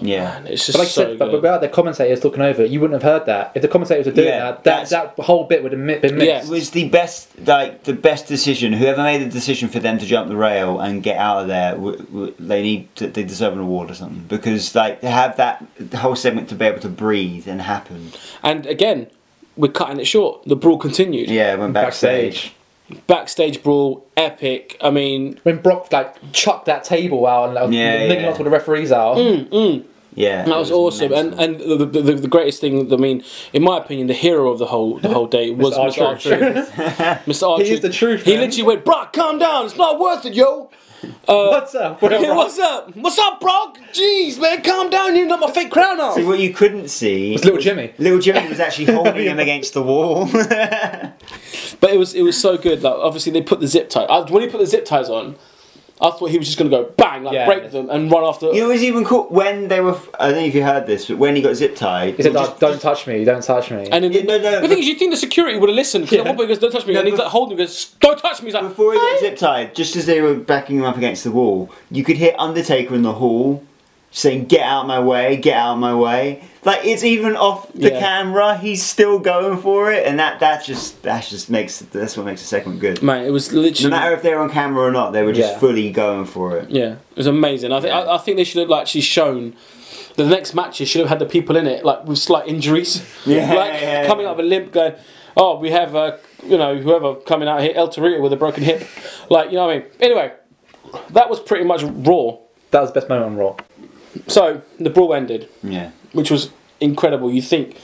Yeah, yeah.
it's just
But like
so
I said, but
good.
without the commentators talking over, it, you wouldn't have heard that. If the commentators were doing
Yeah,
that, that,
that's-
that whole bit would have mi- been
Yeah.
missed.
It was the best like the best decision whoever made the decision for them to jump the rail and get out of there w- w- they need to, they deserve an award or something because like to have that the whole segment to be able to breathe and happen
and again, we're cutting it short. The brawl continued.
yeah went backstage,
Backstage.
Backstage brawl, epic. I mean,
When Brock like chucked that table out and like,
Yeah,
niggling
yeah.
onto all the referees out.
yeah
That was, awesome, and and the, the, the, the greatest thing. I mean, in my opinion, the hero of the whole the whole day was Mr.
Archer.
Archer. Mr. Archer,
He is the truth,
He
man.
literally went, "Brock, calm down. It's not worth it, yo.
What's up? What
Hey,
up, Brock?
what's up? What's up, Brock? Jeez, man, calm down. You got my fake crown
See,
on."
what you couldn't see
It's Little Jimmy.
little Jimmy was actually holding him against the wall
But it was it was so good. Like obviously they put the zip tie. I, when he put the zip ties on, I thought he was just gonna go bang, like
Yeah.
break them and run after.
it was even cool when they were I don't know if you heard this but when he got zip tied
He said, like, "Don't touch me! Don't touch me!"
And then
Yeah, no, no,
the thing is, you think the security would have listened because
Yeah.
at one point he goes, "Don't touch me,"
No,
and he's
but-
like holding, him, goes, "Don't touch me." He's like,
Before he
"Hey."
got zip tied, just as they were backing him up against the wall, you could hear Undertaker in the hall saying, Get out my way, get out my way. Like it's even off the
Yeah.
camera, he's still going for it, and that that just that just makes that's what makes the segment good.
Man, it was
No
literally.
matter if they were on camera or not, they were just
Yeah.
fully going for it.
Yeah, it was amazing. I think I, I think they should have like actually shown the next matches should have had the people in it like with slight injuries,
Yeah,
like
yeah,
coming
yeah.
up with a limp going. Oh, we have uh, you know whoever coming out here El Torito with a broken hip, like you know what I mean. Anyway, that was pretty much raw.
that was the best moment on Raw.
So the brawl ended,
Yeah.
which was incredible. You think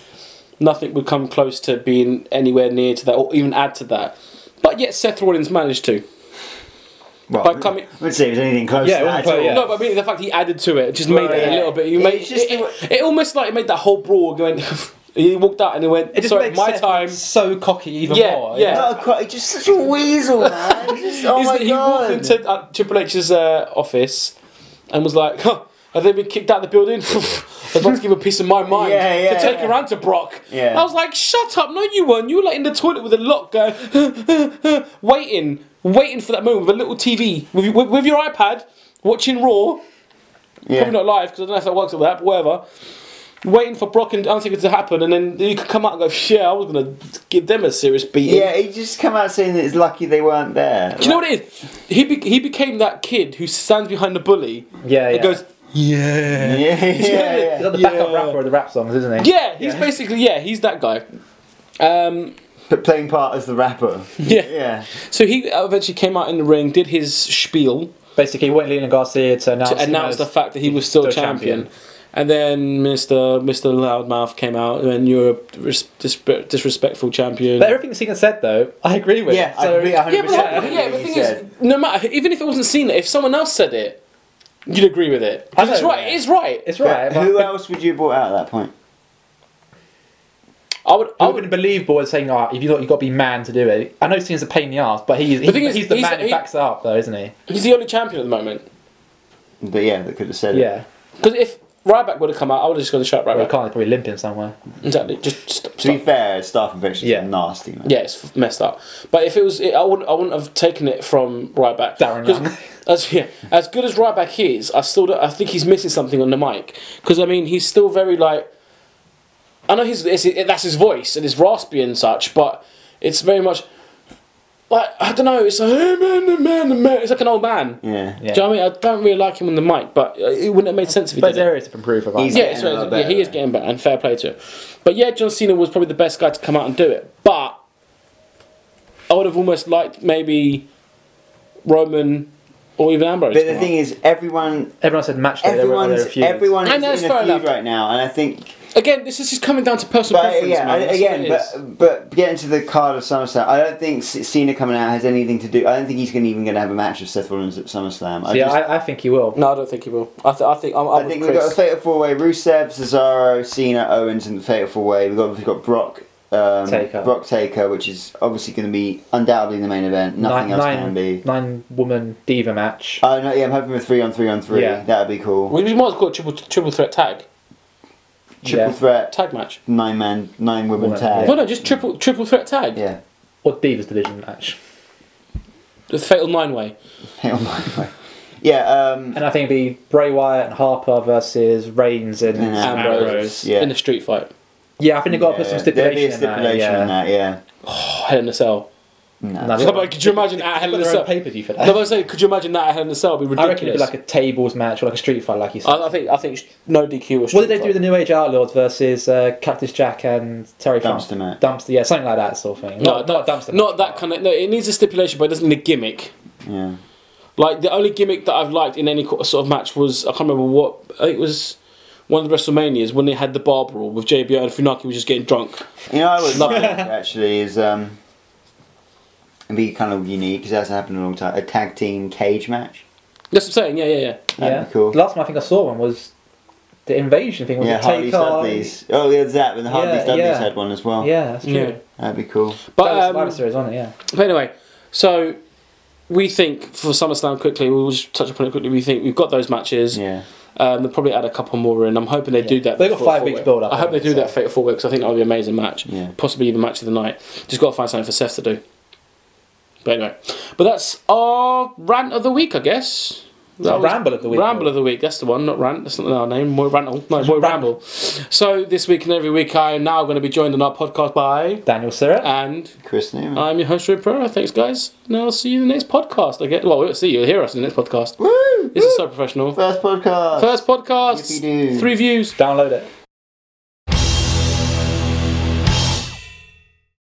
nothing would come close to being anywhere near to that or even add to that, but yet Seth Rollins managed to.
Well,
By
I
coming-
would say it was anything close
Yeah,
to that
it wasn't
at
quite-
all.
yeah.
No, but I mean the fact he added to it just
Well,
made it
yeah.
a little bit. You
It's
made
just
it,
the wa-
it, almost like it made that whole brawl going. he walked out and he went.
It just
Sorry,
makes
my
Seth
time.
so cocky even
Yeah,
more.
yeah.
Not a quite- just such a weasel, man. Just- oh
He's-
my
he
god.
walked into uh, Triple H's uh, office and was like, huh, "Have they been kicked out of the building?" I'd like to give a piece of my mind
Yeah, yeah,
to take
yeah.
around to Brock.
Yeah.
I was like, "Shut up! No, you weren't. You were like in the toilet with a lock, going, waiting, waiting for that moment with a little TV with, your- with, with your iPad, watching Raw."
yeah.
Probably not live because I don't know if that works with that, but whatever. Waiting for Brock and Undertaker to happen, and then you could come out and go, "Yeah, I was gonna give them a serious beating."
yeah, he just come out saying that it's lucky they weren't there.
Do you know what it is? He be- he became that kid who stands behind the bully.
Yeah,
and
yeah.
goes, Yeah.
Yeah, yeah,
He's
yeah.
like the backup
Yeah.
rapper of the rap songs, isn't he?
Yeah, he's basically yeah, he's that guy. Um,
But playing part as the rapper.
Yeah.
Yeah.
so he eventually came out in the ring, did his spiel
Basically, he went Lena Garcia to announce,
to
him
announce
as-
the fact that he was still,
still
champion.
champion.
And then Mr. Mr. Loudmouth came out, and then you're a ris- dis- disrespectful champion.
But everything Cena said, though, I agree with.
Yeah, I
So-
agree 100%.
yeah, but the, whole- yeah, the thing is, no matter even if it wasn't Cena, if someone else said it, you'd agree with it. 'Cause
I
it's
know,
right.
yeah.
It's right.
It's
But
right. But
who else would you have brought out at that point?
I would. I
I
would.
wouldn't believe boys saying, "Ah, if you got you got to be man to do it." I know Cena's a pain in the ass, but he's he's,
thing is,
he's the
he's-
man
he-
who backs it up, though, isn't he?
He's the only champion at the moment.
But yeah, that could have said it.
Yeah.
Because if Ryback would have come out, I would have just gone to shut
Well, he
Ryback.
can't. He's probably limping somewhere.
Exactly. Just stop.
To be
stop.
fair, staff infections
Yeah.
are nasty, man.
Yeah, it's f- messed up. But if it was, it, I wouldn't. I wouldn't have taken it from Ryback.
Darren
'Cause
Young.
As yeah, as good as Ryback is, I still. Don't, I think he's missing something on the mic. Because I mean, he's still very like. I know he's it's, it, that's his voice and it's raspy and such, but it's very much. Like I don't know. It's like hey man, the man, the man. It's like an old man.
Yeah.
Yeah.
Do you know what I mean? I don't really like him on the mic, but uh, it wouldn't have made sense if he
But
did
there's
it.
areas to improve. I think.
He's-
Yeah,
getting
it's
a lot
right. yeah,
better.
he is getting better, and fair play to him. But yeah, John Cena was probably the best guy to come out and do it. But I would have almost liked maybe Roman or even Ambrose.
But the thing is, everyone,
Everyone said match day. Everyone
everyone's, everyone is
I know, it's
in
fair
a feud
enough.
right now, and I think
again, this is just coming down to personal
But
preference,
yeah,
man.
I-
That's
again,
what it is.
but but getting to the card of SummerSlam, I don't think C- Cena coming out has anything to do. I don't think he's gonna even going to have a match with Seth Rollins at SummerSlam. I
yeah,
just,
I, I think he will.
no, I don't think he will. I, th- I think I'm,
I, think we've got a fatal four way: Rusev, Cesaro, Cena, Owens, and the fatal four way. We've got we've got Brock. Um,
Taker.
Brock Taker, which is obviously going to be undoubtedly the main event. Nothing else can be.
nine woman diva match.
Oh no, yeah, I'm hoping for three on three on three.
Yeah.
That would be cool.
we, we might as well call it triple triple threat tag
Triple
yeah.
threat,
tag match.
nine man, nine woman
Woman,
tag.
No, no, just triple triple threat tag.
Yeah,
or divas division match.
The fatal nine way.
Fatal nine-way. Yeah, um,
And I think it'd be Bray Wyatt and Harper versus Reigns and
And
Ambrose.
Ambrose.
Yeah.
In a street fight.
Yeah, I think they got to put some
yeah, there'd be
stipulation,
a stipulation
in
in that.
that. Yeah.
Yeah.
Oh, Hell in a Cell.
No.
No,
Yeah, but could you imagine at Hell in a Cell?
pay per view for that.
No, but I was saying, could you imagine that at Hell in a Cell? It'd be
I
ridiculous.
reckon it'd be like a tables match or like a street fight, like you said.
I, I think I think sh- no DQ. Was
what did they do with the New Age Outlaws versus uh, Cactus Jack and Terry Funk?
Dumpster match.
Dumpster, yeah, something like that sort of thing.
No,
Not, not a dumpster.
Not that kind of. No, it needs a stipulation, but it doesn't need a gimmick.
Yeah.
Like the only gimmick that I've liked in any co- sort of match was I can't remember what I think it was. One of the WrestleManias when they had the bar brawl with JBL and Funaki was just getting drunk.
You know, I would love
Love it.
it actually. Is um, it'd be kind of unique because that's happened in a long time. A tag team cage match.
That's what I'm saying. Yeah, yeah, yeah.
That'd
yeah.
be cool.
Last time I think I saw one was the invasion thing. Was
yeah,
it
Harley's
take
Dudley's. Oh, yeah, there's that. But the Harley's
Yeah,
Dudley's
yeah.
had one as well.
Yeah, that's true.
Yeah.
That'd be cool.
that was
But
Survivor
um,
Series, wasn't it? Yeah.
But anyway, so we think for SummerSlam quickly, we'll just touch upon it quickly. We think we've got those matches.
Yeah.
Um, they'll probably add a couple more in. I'm hoping they do that.
They've got
for-
five
for-
weeks build up,
I hope they do
haven't they?
that Fatal Four because I think that would be an amazing match.
Yeah.
Possibly even match of the night. Just got to find something for Seth to do. But anyway, but that's our rant of the week, I guess. That
our ramble of the week,
Ramble
though.
of the week. That's the one, not rant. That's not our name. Moy Rantle. No, Moy Ramble. So this week and every week, I am now going to be joined on our podcast by
Daniel Surratt.
and
Chris Newman.
Uh,
I'm your host, Ray Pereira. Thanks, guys. And I'll see you in the next podcast. I get well. We'll see you. You'll hear us in the next podcast.
Woo!
This is so professional.
First podcast.
First podcast.
Yippee-doo.
Three views.
Download it.